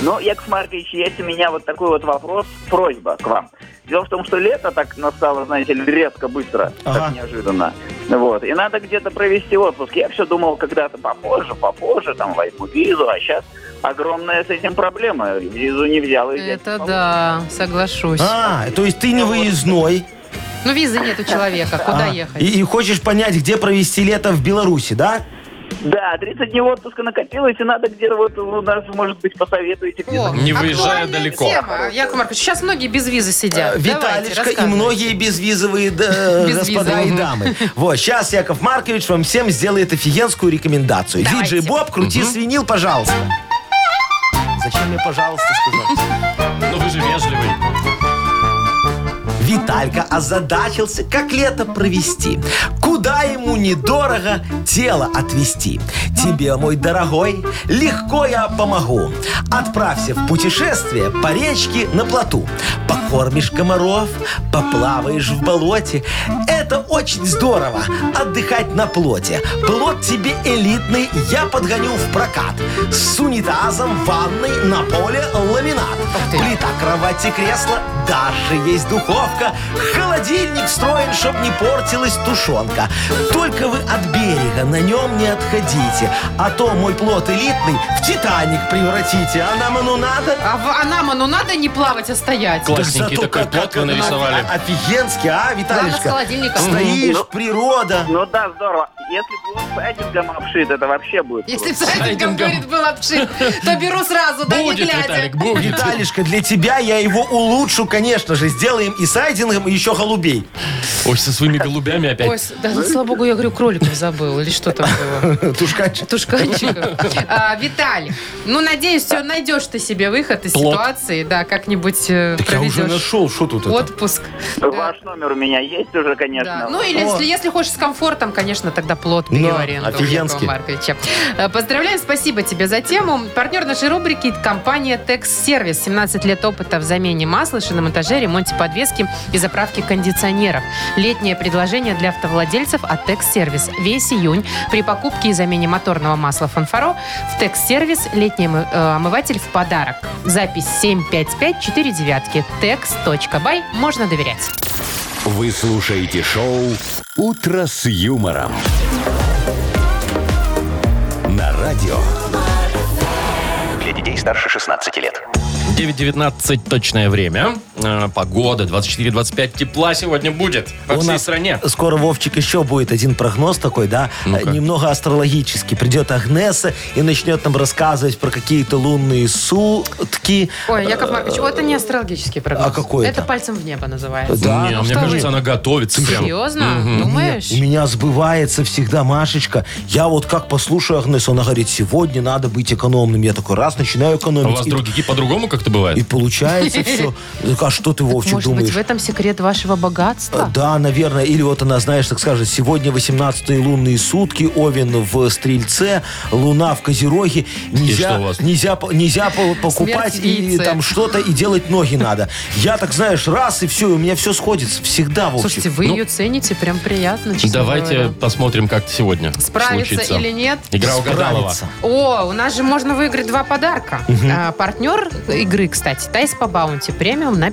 G: Ну, Яков Маркович, есть у меня вот такой вот вопрос, просьба к вам. Дело в том, что лето так настало, знаете ли, резко, быстро,
D: Ага.
G: так неожиданно. Вот. И надо где-то провести отпуск. Я все думал, когда-то попозже, попозже, там, возьму визу, а сейчас огромная с этим проблема. Визу не взял. и взять не
I: Это
G: могу.
I: да, соглашусь.
D: А, то есть ты не выездной.
I: Ну, визы нет у человека, куда
D: А,
I: ехать?
D: И, и хочешь понять, где провести лето в Беларуси, да?
E: Да, 30 дней отпуска накопилось, и надо где-то вот у нас, может быть, посоветуете. где
G: А,
C: О,
B: Не выезжая
C: актуальная
B: далеко.
C: Тема. Яков Маркович, сейчас многие без визы сидят.
D: Э,
C: Давайте,
D: Виталечка и
C: рассказывайте.
D: многие безвизовые да,
C: Без
D: господа
C: визы,
D: и
C: мгм.
D: дамы. Вот, сейчас Яков Маркович вам всем сделает офигенскую рекомендацию.
C: Давайте.
D: Диджей Боб, крути свинил, пожалуйста. Зачем я, пожалуйста, сказал?
B: Ну вы же вежливый.
D: Виталька озадачился, как лето провести. Куда ему недорого тело отвести. Тебе, мой дорогой, легко я помогу. Отправься в путешествие по речке на плоту. Покормишь комаров, поплаваешь в болоте. Это очень здорово, отдыхать на плоте. Плот тебе элитный я подгоню в прокат. С унитазом, в ванной, на поле ламинат.
C: ты.
D: Плита, кровать и кресло, даже есть духовка. Холодильник встроен, чтоб не портилась тушенка. Только вы от берега на нем не отходите, а то мой плод элитный в Титаник превратите. А нам оно надо?
C: А, в- а нам оно надо не плавать, а стоять?
B: Класс. Классненький такой плод вы
D: это
B: нарисовали.
D: офи- Офигенски, а,
C: Ладно, с
D: Виталичка?
C: холодильником.
D: Стоишь,
E: Ну.
D: природа.
E: Ну да, здорово. Если бы он сайдингом обшит, это вообще будет.
C: Если
E: круто.
C: бы сайдингом,
B: Сайдингом.
C: говорит, был обшит, то беру сразу, да не
B: Будет,
C: глядя.
B: Виталик, будет.
D: Виталишка, для тебя я его улучшу, конечно же. Сделаем и сайдингом, и еще голубей.
B: Ой, со своими голубями
C: Ой,
B: опять.
C: с- да, слава богу, я говорю, кроликов забыл, или что там было?
D: Тушкач.
C: Тушканчиков. А, Виталий, ну, надеюсь, все, найдешь ты себе выход из
B: Плод.
C: ситуации, да, как-нибудь э, проведешь
D: что тут
C: отпуск.
E: Ваш номер у меня есть уже, конечно.
C: Да. Ну, или если, если хочешь с комфортом, конечно, тогда плод бери
D: Ну,
C: в аренду у
D: офигенски.
C: Якова Марковича. Э, Поздравляем, спасибо тебе за тему. Партнер нашей рубрики – компания «Текс Сервис». 17 лет опыта в замене масла, шиномонтаже, ремонте подвески и заправке кондиционеров. Летнее предложение для автовладельцев от «Текс Сервис». Весь июнь при покупке и замене моторного масла «Фанфаро» в «Текс Сервис» летний омы- э, омыватель в подарок. Запись 75549 tex.by. Можно доверять.
A: Вы слушаете шоу «Утро с юмором». На радио.
F: Для детей старше 16 лет.
B: 9.19 точное время. Э, Погода 24-25 тепла сегодня будет по
D: У
B: всей
D: нас
B: стране.
D: Скоро, Вовчик, еще будет один прогноз такой, да,
B: Ну-ка.
D: э, немного астрологический. Придет Агнеса и начнет нам рассказывать про какие-то лунные сутки.
C: Ой, Яков Маркович, вот это не астрологический прогноз.
D: а какой
C: Это
D: это?
C: пальцем в небо называется.
D: Да,
B: Не,
D: ну
B: мне
D: что
B: кажется,
D: вы.
B: она готовится прям.
C: Серьезно? Думаешь?
D: У меня сбывается всегда Машечка. Я вот как послушаю Агнесу, она говорит, сегодня надо быть экономным. Я такой раз начинаю
B: А у
D: экономить.
B: вас
D: и-
B: другие по-другому как-то
D: И
B: бывает?
D: получается все. А что ты, Вовчик,
C: Может
D: думаешь? А,
C: быть, в этом секрет вашего богатства?
D: Э, Да, наверное. Или вот она, знаешь, так скажет, сегодня 18-е лунные сутки, Овен в Стрельце, Луна в Козероге. Нельзя,
B: что у вас?
D: нельзя, по- нельзя по- покупать
C: в
D: и
C: яйце.
D: там что-то, и делать ноги надо. Я так, знаешь, раз, и все, у меня все сходится. Всегда, Вовчик.
C: Слушайте, вы
B: Ну,
C: ее цените, прям приятно, честно
B: Давайте
C: говоря.
B: посмотрим, как сегодня
C: Справится
B: случится.
C: или нет?
B: Игра угадалова.
D: Справится.
C: О, у нас же можно выиграть два подарка. А, партнер игры, кстати, Тайс по баунти премиум на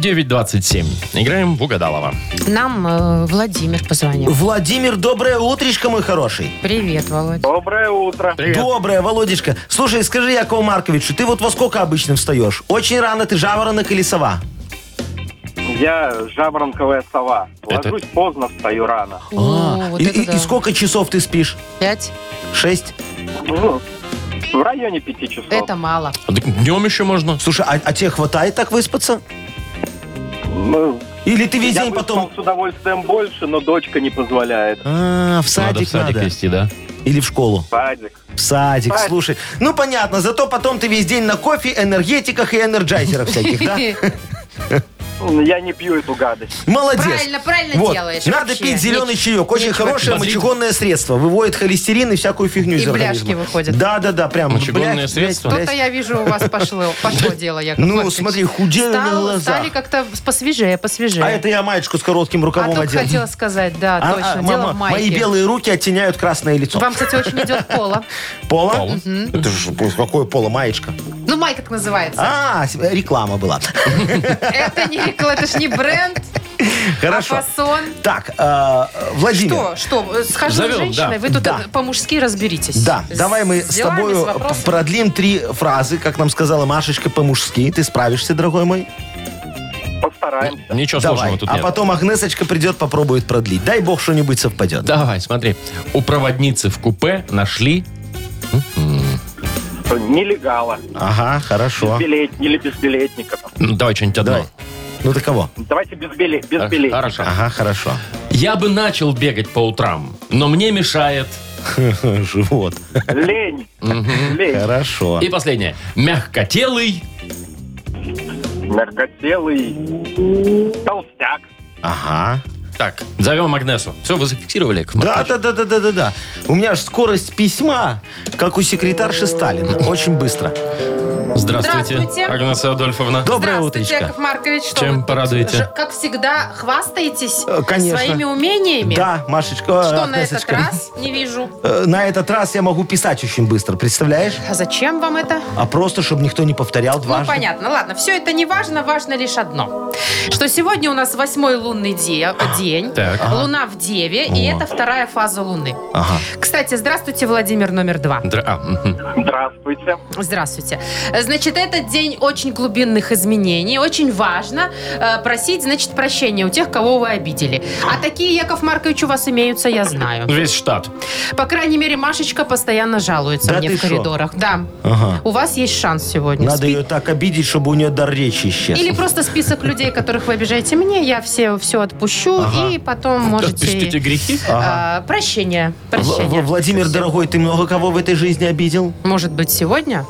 B: 9.27. Играем в Угадалова.
C: Нам э, Владимир позвонил.
D: Владимир, доброе утречко, мой хороший.
C: Привет, Володя.
I: Доброе утро.
D: Доброе, Володечка. Слушай, скажи, Якову Марковичу, ты вот во сколько обычно встаешь? Очень рано ты жаворонок или сова?
I: Я жаворонковая сова.
B: Это-
I: Ложусь поздно, встаю рано.
C: О,
D: А,
C: вот
D: и,
C: это
D: и-
C: да.
D: и сколько часов ты спишь?
C: Пять?
D: Шесть?
I: Ну, в районе пяти часов.
C: Это мало.
B: Днем еще можно.
D: Слушай, а- а тебе хватает так выспаться?
I: Ну,
D: Или ты весь
I: я
D: день
I: бы
D: потом...
I: спал с удовольствием больше, но дочка не позволяет.
D: А, в
B: Надо в
D: садик надо.
B: садик вести, да?
D: Или в школу.
I: Садик.
D: В садик,
I: Садик.
D: слушай. Ну, понятно, зато потом ты весь день на кофе, энергетиках и энерджайзерах всяких, да?
I: Я не пью эту гадость.
D: Молодец.
C: Правильно, правильно
D: Вот.
C: делаешь.
D: Надо
C: вообще.
D: пить зеленый
C: Неч-
D: чаек. Очень
C: нечего
D: хорошее
B: пить.
D: мочегонное средство. Выводит холестерин и всякую фигню
C: И
D: из организма.
C: бляшки выходят.
D: Да-да-да, прям.
B: Мочегонное
D: блядь,
B: средство?
D: блядь,
C: То-то
D: блядь.
C: я вижу, у вас пошло, пошло дело, Яков
D: Ну,
C: Маркович.
D: смотри, худею на
C: Стал-
D: глазах.
C: Стали как-то посвежее, посвежее.
D: А это я маечку с коротким
C: Э. А
D: рукавом
C: только
D: одел.
C: хотела сказать, да,
D: А,
C: точно,
D: а,
C: дело
D: мама,
C: в майке.
D: мои белые руки оттеняют красное лицо.
C: Вам, кстати, очень идет пола.
D: Пола?
B: Пол.
D: Это же какое поло, маечка?
C: Ну, майка так называется.
D: А, э, реклама была.
C: Это не реклама, это ж не бренд.
D: Хорошо.
C: А фасон?
D: Так, э,
C: Что,
D: Владимир.
C: что, э, схожу
B: Зовем,
C: с женщиной,
B: да.
C: вы тут
D: Да.
C: э, по-мужски разберитесь.
D: Да,
C: С
D: давай мы с
C: делами,
D: тобой
C: с вопросами.
D: продлим три фразы, как нам сказала Машечка по-мужски. Ты справишься, дорогой мой?
E: Постараемся.
B: Ничего
D: Давай.
B: сложного тут
D: А
B: нет.
D: потом Агнесочка придет, попробует продлить. Дай бог, что-нибудь совпадет.
B: Давай, смотри. У проводницы в купе нашли...
E: Нелегала.
D: Ага, хорошо.
E: Билет, или без билетника. там.
B: Ну, давай что-нибудь одно.
D: Давай. Ну ты кого?
E: Давайте без, биле- без
B: Хор-
E: билетника.
B: Хорошо.
D: Ага, хорошо.
B: Я бы начал бегать по утрам, но мне мешает...
D: Живот.
E: Лень. Лень.
D: Хорошо.
B: И последнее. Мягкотелый...
E: Наркотелый. Толстяк.
D: Ага.
B: Так, зовем Агнесу. Все, вы зафиксировали? Яков
D: Да,
B: Маркович?
D: да, да, да, да, да, да. У меня же скорость письма, как у секретарши Сталина. Очень быстро.
B: Здравствуйте,
C: Здравствуйте.
B: Агнеса Адольфовна.
D: Доброе
C: Здравствуйте,
D: утречко.
C: Яков Маркович. Что
B: Чем
C: вы тут,
B: порадуете?
C: ж- Как всегда, хвастаетесь
D: Э, конечно.
C: своими умениями.
D: Да, Машечка. э,
C: Что на этот
D: Агнесочка.
C: раз? Не вижу.
D: Э, На этот раз я могу писать очень быстро, представляешь?
C: А зачем вам это?
D: А просто, чтобы никто не повторял дважды.
C: Ну, понятно. Ладно, все это не важно. Важно лишь одно. Что сегодня у нас восьмой лунный де- э, день.
B: Так.
C: Луна в Деве, и
D: А, О.
C: это вторая фаза Луны.
D: Ага.
C: Кстати, здравствуйте, Владимир номер два.
B: Дра- а, мгм.
E: Здравствуйте.
C: Здравствуйте. Значит, этот день очень глубинных изменений. Очень важно э, просить, значит, прощения у тех, кого вы обидели. А такие, Яков Маркович, у вас имеются, я знаю.
B: Весь штат.
C: По крайней мере, Машечка постоянно жалуется
D: Да
C: мне
D: ты
C: в
D: шо?
C: коридорах. Да.
D: Ага.
C: У вас есть шанс сегодня.
D: Надо
C: Спи-
D: ее так обидеть, чтобы у нее дар речи исчез.
C: Или просто список людей, которых вы обижаете мне, я все, все отпущу,
D: Ага.
C: и потом
B: Отпустите
C: можете...
B: грехи.
C: а, прощение.
D: В-
C: Прощение.
D: В- Владимир, дорогой, ты много кого в этой жизни обидел?
C: Может быть, сегодня?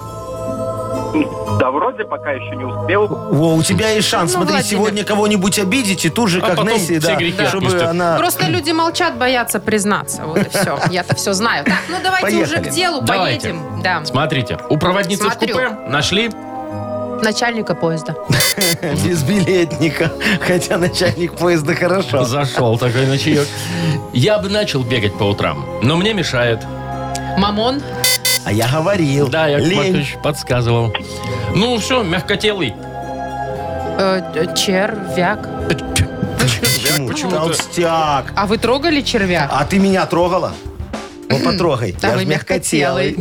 I: Да вроде пока еще не успел.
D: О, у тебя есть шанс.
C: Ну,
D: Смотри,
C: Владимир.
D: сегодня кого-нибудь обидеть, и тут же,
B: А
D: как
B: потом
D: Несси,
B: все
D: да,
B: грехи
D: чтобы
B: отпустят.
D: она...
C: Просто люди молчат, боятся признаться. Вот и все. Я-то все знаю. Так, ну давайте
D: Поехали.
C: уже к делу
B: Давайте.
C: поедем. Да.
B: Смотрите, у проводницы
C: Смотрю.
B: в купе нашли...
C: Начальника поезда.
D: Без билетника. Хотя начальник поезда хорошо.
B: Зашел такой на чаек. Я бы начал бегать по утрам, но мне мешает.
C: Мамон.
D: А я говорил.
B: Да, я
D: лень.
B: подсказывал. Ну все, мягкотелый.
C: э, червяк.
D: Почему? Толстяк.
C: А вы трогали червяк?
D: А ты меня трогала? Ну, потрогай.
C: Да,
D: я
C: вы
D: же мягкотелый.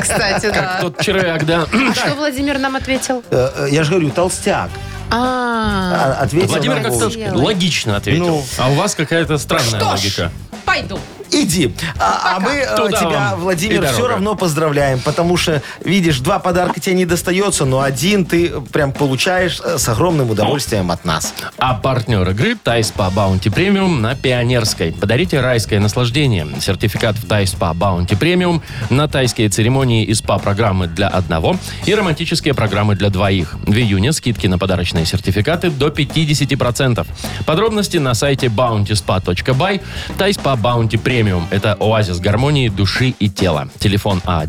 C: Кстати, да.
B: Тот червяк, да.
C: А что Владимир нам ответил?
D: Э, э, Я же говорю, толстяк.
C: А,
D: А, Ответил
B: Владимир
D: нам
B: как-то
D: Вовочка.
B: логично ответил.
D: Ну.
B: А у вас какая-то странная
C: Что ж.
B: логика.
C: пойду.
D: Иди. А, а мы э,
B: Туда
D: тебя,
B: вам и
D: Владимир,
B: дорога.
D: все равно поздравляем, потому что, видишь, два подарка тебе не достается, но один ты э, прям получаешь э, с огромным удовольствием от нас.
B: А партнер игры Тайс по Баунти Премиум на Пионерской. Подарите райское наслаждение. Сертификат в Тайс по Баунти Премиум на тайские церемонии и СПА-программы для одного и романтические программы для двоих. В июне скидки на подарочные сертификаты до 50%. Подробности на сайте bountyspa.by. Тайс по Баунти Премиум. Это оазис гармонии души и тела. Телефон А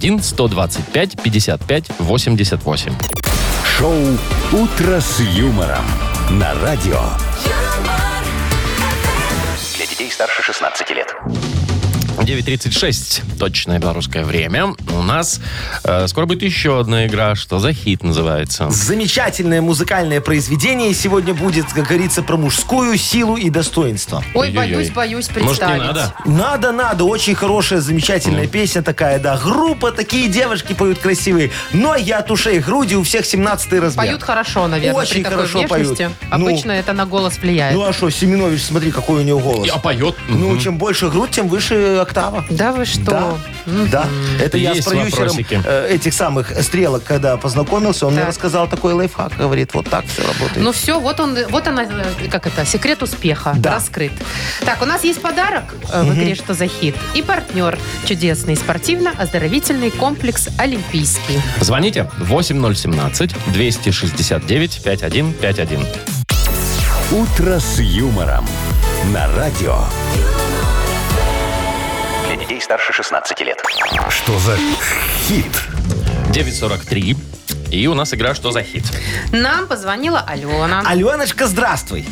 B: А1-125-55-88.
A: Шоу «Утро с юмором» на радио.
H: юмор,
F: Для детей старше 16 лет.
B: 9.36, точное белорусское время. У нас э, скоро будет еще одна игра, что за хит называется.
D: Замечательное музыкальное произведение сегодня будет, как говорится, про мужскую силу и достоинство.
C: Ой,
B: Ой-ой-ой.
C: боюсь, боюсь представить.
B: Может, не надо?
D: Надо, надо, очень хорошая, замечательная песня такая, да. Группа, такие девушки поют красивые. Но я от ушей груди, у всех 17-й размер.
C: Поют хорошо, наверное,
D: Очень
C: при такой
D: хорошо
C: внешности.
D: поют. Ну.
C: Обычно это на голос влияет.
D: Ну а что, Семенович, смотри, какой у него голос.
B: Я поет.
D: Ну, чем больше грудь, тем выше октава.
C: Да вы что?
D: Да, да. Это я с
B: Есть
D: продюсером
B: вопросики.
D: э, этих самых стрелок, когда познакомился, он мне
C: Так.
D: рассказал такой лайфхак. Говорит, вот так все работает.
C: Ну все, вот он, вот она, э, как это, секрет успеха
D: Да.
C: раскрыт. Так, у нас есть подарок э, в игре «Что за хит?» и партнер чудесный спортивно-оздоровительный комплекс «Олимпийский».
B: Звоните 8017-269-5151.
A: «Утро с юмором» на радио.
F: Для детей старше 16 лет.
A: Что за хит?
B: 943. И у нас игра «Что за хит?»
C: а- Нам позвонила Алена.
D: Аленочка, здравствуй.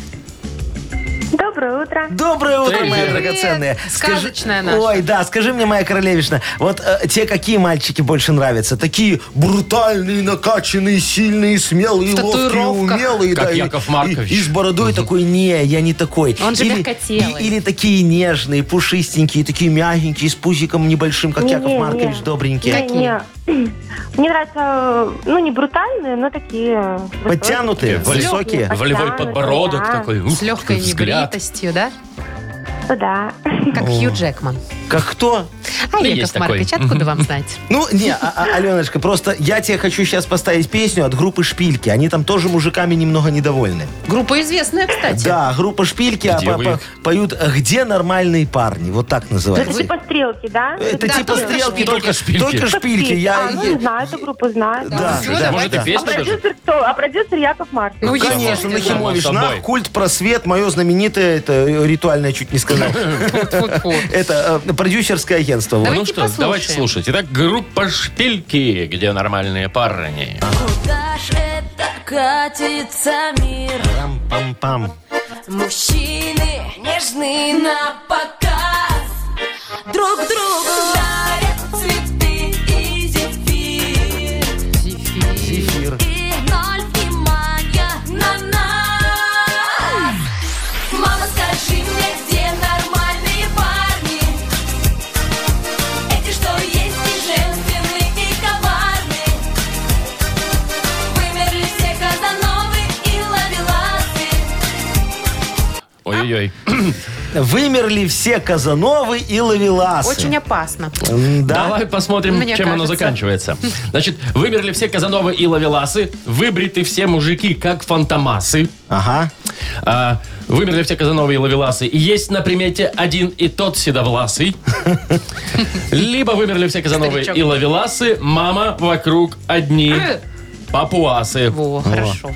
L: Доброе утро.
D: Доброе утро,
B: Привет.
D: моя драгоценная.
C: Сказочная наша.
D: Ой, да, скажи мне, моя королевишна, вот э, тебе какие мальчики больше нравятся? Такие брутальные, накачанные, сильные, смелые,
C: В
D: ловкие,
C: татуировках.
D: умелые.
B: Как
D: да, и-
B: Яков Маркович.
D: И, и с бородой такой, не, я не такой.
C: Он же
D: или,
C: мягкотелый.
D: и- Или такие нежные, пушистенькие, такие мягенькие, с пузиком небольшим, как
L: Не,
D: Яков
L: не,
D: Маркович,
L: не.
D: добренькие.
C: Какие?
L: Не. Мне нравятся, ну, не брутальные, но такие... высокие.
D: Подтянутые,
B: Такие
D: высокие.
L: воле-
B: Волевой
L: Да,
B: подбородок
L: да.
B: такой. ух,
C: С легкой
B: взгляд.
C: небритостью, да?
L: Да.
C: Как Хью Джекман.
D: Как кто?
C: А
B: Да
C: Яков
B: есть такой.
C: Маркович, откуда вам знать?
D: Ну, не, а- а- Аленочка, просто я тебе хочу сейчас поставить песню от группы «Шпильки». Они там тоже мужиками немного недовольны.
C: Группа известная, кстати.
D: Да, группа «Шпильки» а
B: Где
D: по-
B: вы
D: по-
B: их?
D: поют «Где нормальные парни?» Вот так
L: Это
D: называется.
L: типа стрелки, да?
D: Это
C: Да,
D: типа
C: только
D: стрелки,
C: «Шпильки».
D: только
B: Только «Шпильки».
D: только «Шпильки». Я...
L: А, ну, не знаю, эту группу знаю.
D: Да,
C: Всё,
D: да,
B: Может,
D: да.
B: и
L: А
B: песня даже?
L: продюсер кто? А продюсер Яков Маркович.
C: Ну,
D: Конечно,
C: естественно.
D: Нахимович,
B: Само собой.
D: на культ, просвет, мое знаменитое, это э, ритуальное, чуть не сказал.
C: Фу-фу.
D: Это э, продюсерское агентство. вот.
C: Давайте
B: ну что,
C: послушаем.
B: давайте слушать. Итак, группа «Шпильки», где нормальные парни.
H: Куда ж это катится мир?
D: Пам-пам.
H: Мужчины нежны на показ Друг другу дарят цветы и зефир
D: Зефир.
H: И ноль внимания на нас Мама, скажи мне, где нормальные парни Эти, что есть и женственные, и коварные Вымерли все казановы и ловеласы
B: Ой-ой-ой.
D: Вымерли все Казановы и Лавеласы.
C: Очень опасно.
D: Да.
B: Давай посмотрим,
C: Мне
B: чем оно
C: кажется.
B: заканчивается. Значит, вымерли все Казановы и Лавеласы, выбриты все мужики, как фантомасы.
D: Ага.
B: А, вымерли все Казановы и Лавеласы. И есть на примете один и тот седовласый. Либо вымерли все Казановы
C: Старичок.
B: и Лавеласы, мама вокруг одни
C: Э.
B: папуасы.
C: Во, хорошо.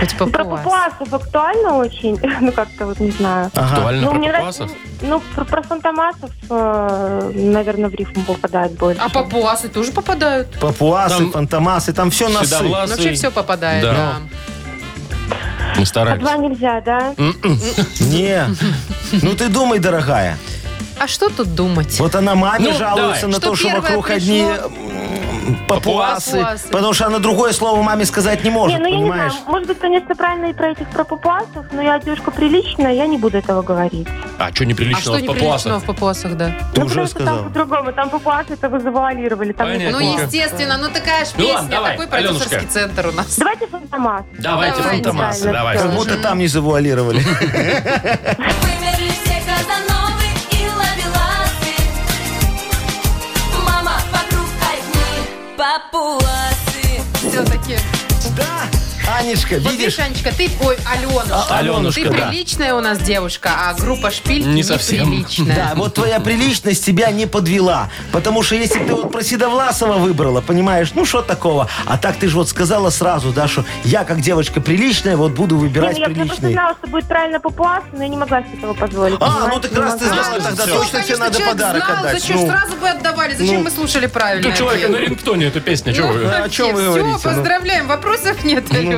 C: Хоть
L: Ну, Про
C: папуас.
L: папуасов актуально очень? Ну, как-то вот не знаю.
B: Актуально
L: Ну,
B: про
L: мне
B: папуасов?
L: нравится, ну, про, про Сантомасов, э, наверное, в рифму попадает больше.
C: А папуасы тоже попадают? Ну,
D: Папуасы,
B: Там-
D: фантомасы, там все Ну, носы.
B: Седовласый.
C: Вообще все попадает,
B: Да.
C: да.
B: Мы
L: А
B: старались.
L: два нельзя, да?
D: Не. Ну ты думай, дорогая.
C: А что тут думать?
D: Вот она маме
B: Ну,
D: жалуется
B: давай.
D: на
C: Что
D: то, что
C: первое
D: вокруг
C: пришло?
D: одни м, папуасы,
C: Папуасы.
D: потому что она другое слово маме сказать не может,
L: не, ну я
D: понимаешь?
L: не знаю, может быть, конечно, правильно и про этих про папуасов, но я девушка приличная, я не буду этого говорить.
B: А что
C: А
B: неприличного
C: что
B: в
C: неприличного
B: папуасах?
C: в папуасах, да?
D: Ты
L: ну, потому
D: уже
L: что там
D: сказал.
L: по-другому, там папуасы это вы завуалировали. Там не
B: Понятно.
C: Ну,
L: папуасы.
C: естественно, ну такая же
B: Ну ладно,
C: песня,
B: давай,
C: такой продюсерский
B: Аленушка.
C: центр у нас.
L: Давайте Фантомас.
B: Давайте
C: Давайте,
B: фантомасы,
L: правильно,
B: давай.
L: всё.
D: Как будто там не завуалировали.
H: Вымерли все казановы и ловеласы Мама вокруг одни папуасы
C: Все-таки.
D: Да, Анечка,
C: Вот
D: видишь?
C: видишь, Анечка, ты, ой, Аленушка.
B: А, Аленушка,
C: Ты
B: да.
C: приличная у нас девушка, а группа шпильки
B: Не совсем.
D: Да,
C: неприличная.
D: вот твоя приличность тебя не подвела. Потому что если бы ты вот про Седовласова выбрала, понимаешь, ну что такого? А так ты же вот сказала сразу, да, что я как девочка приличная, вот буду
L: Не,
D: выбирать
L: ну, я, я просто
D: приличные.
L: знала, что будет правильно папуасы, но я не могла себе этого позволить.
D: А,
L: понимаете,
D: ну так
L: не
D: раз ты
L: могла.
D: знала, тогда
B: Ну,
D: точно тебе
C: конечно,
D: надо
C: человек
D: подарок
C: знал,
D: отдать.
C: Зачем
D: ну.
C: ж сразу бы отдавали? Зачем
D: ну.
C: мы слушали правильно?
B: Ну, человека на рингтоне эта песня, чего вы?
D: О чем вы говорите,
C: Все,
D: ну?
C: поздравляем, вопросов нет, Алена.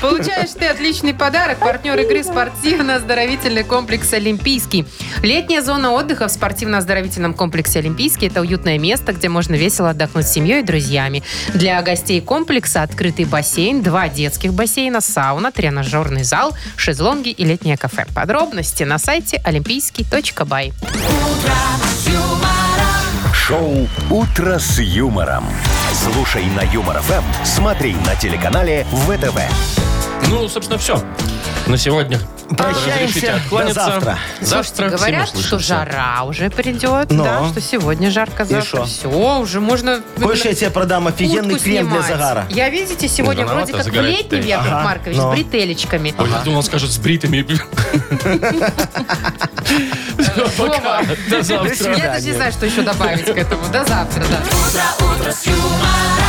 C: Получаешь ты отличный подарок. Партнер игры спортивно-оздоровительный комплекс «Олимпийский». Летняя зона отдыха в спортивно-оздоровительном комплексе «Олимпийский» – это уютное место, где можно весело отдохнуть с семьей и друзьями. Для гостей комплекса открытый бассейн, два детских бассейна, сауна, тренажерный зал, шезлонги и летнее кафе. Подробности на сайте олимпийский.бай.
A: Шоу «Утро с юмором». Слушай на Юмор ФМ, смотри на телеканале ВТВ.
B: Ну, собственно, все. На сегодня.
D: Прощаемся.
B: Разрешите откланяться.
D: До завтра.
B: Завтра всем
C: говорят, что
B: услышимся.
C: жара уже придет,
D: Но.
C: да, что сегодня жарко, завтра
D: шо?
C: все, уже можно...
D: Хочешь, я тебе продам офигенный
C: утку
D: крем для
C: снимать.
D: загара?
C: Я, видите, сегодня
B: Рановато
C: вроде как в
B: загорать-то.
C: летнем, Яков
D: Ага,
C: Маркович,
D: но.
C: с бретелечками.
B: Ой, я думал, он скажет с бритами. Всё, Пока. До завтра.
C: Я даже не знаю, что еще добавить к этому. До завтра, да.
H: Утро, утро с юмором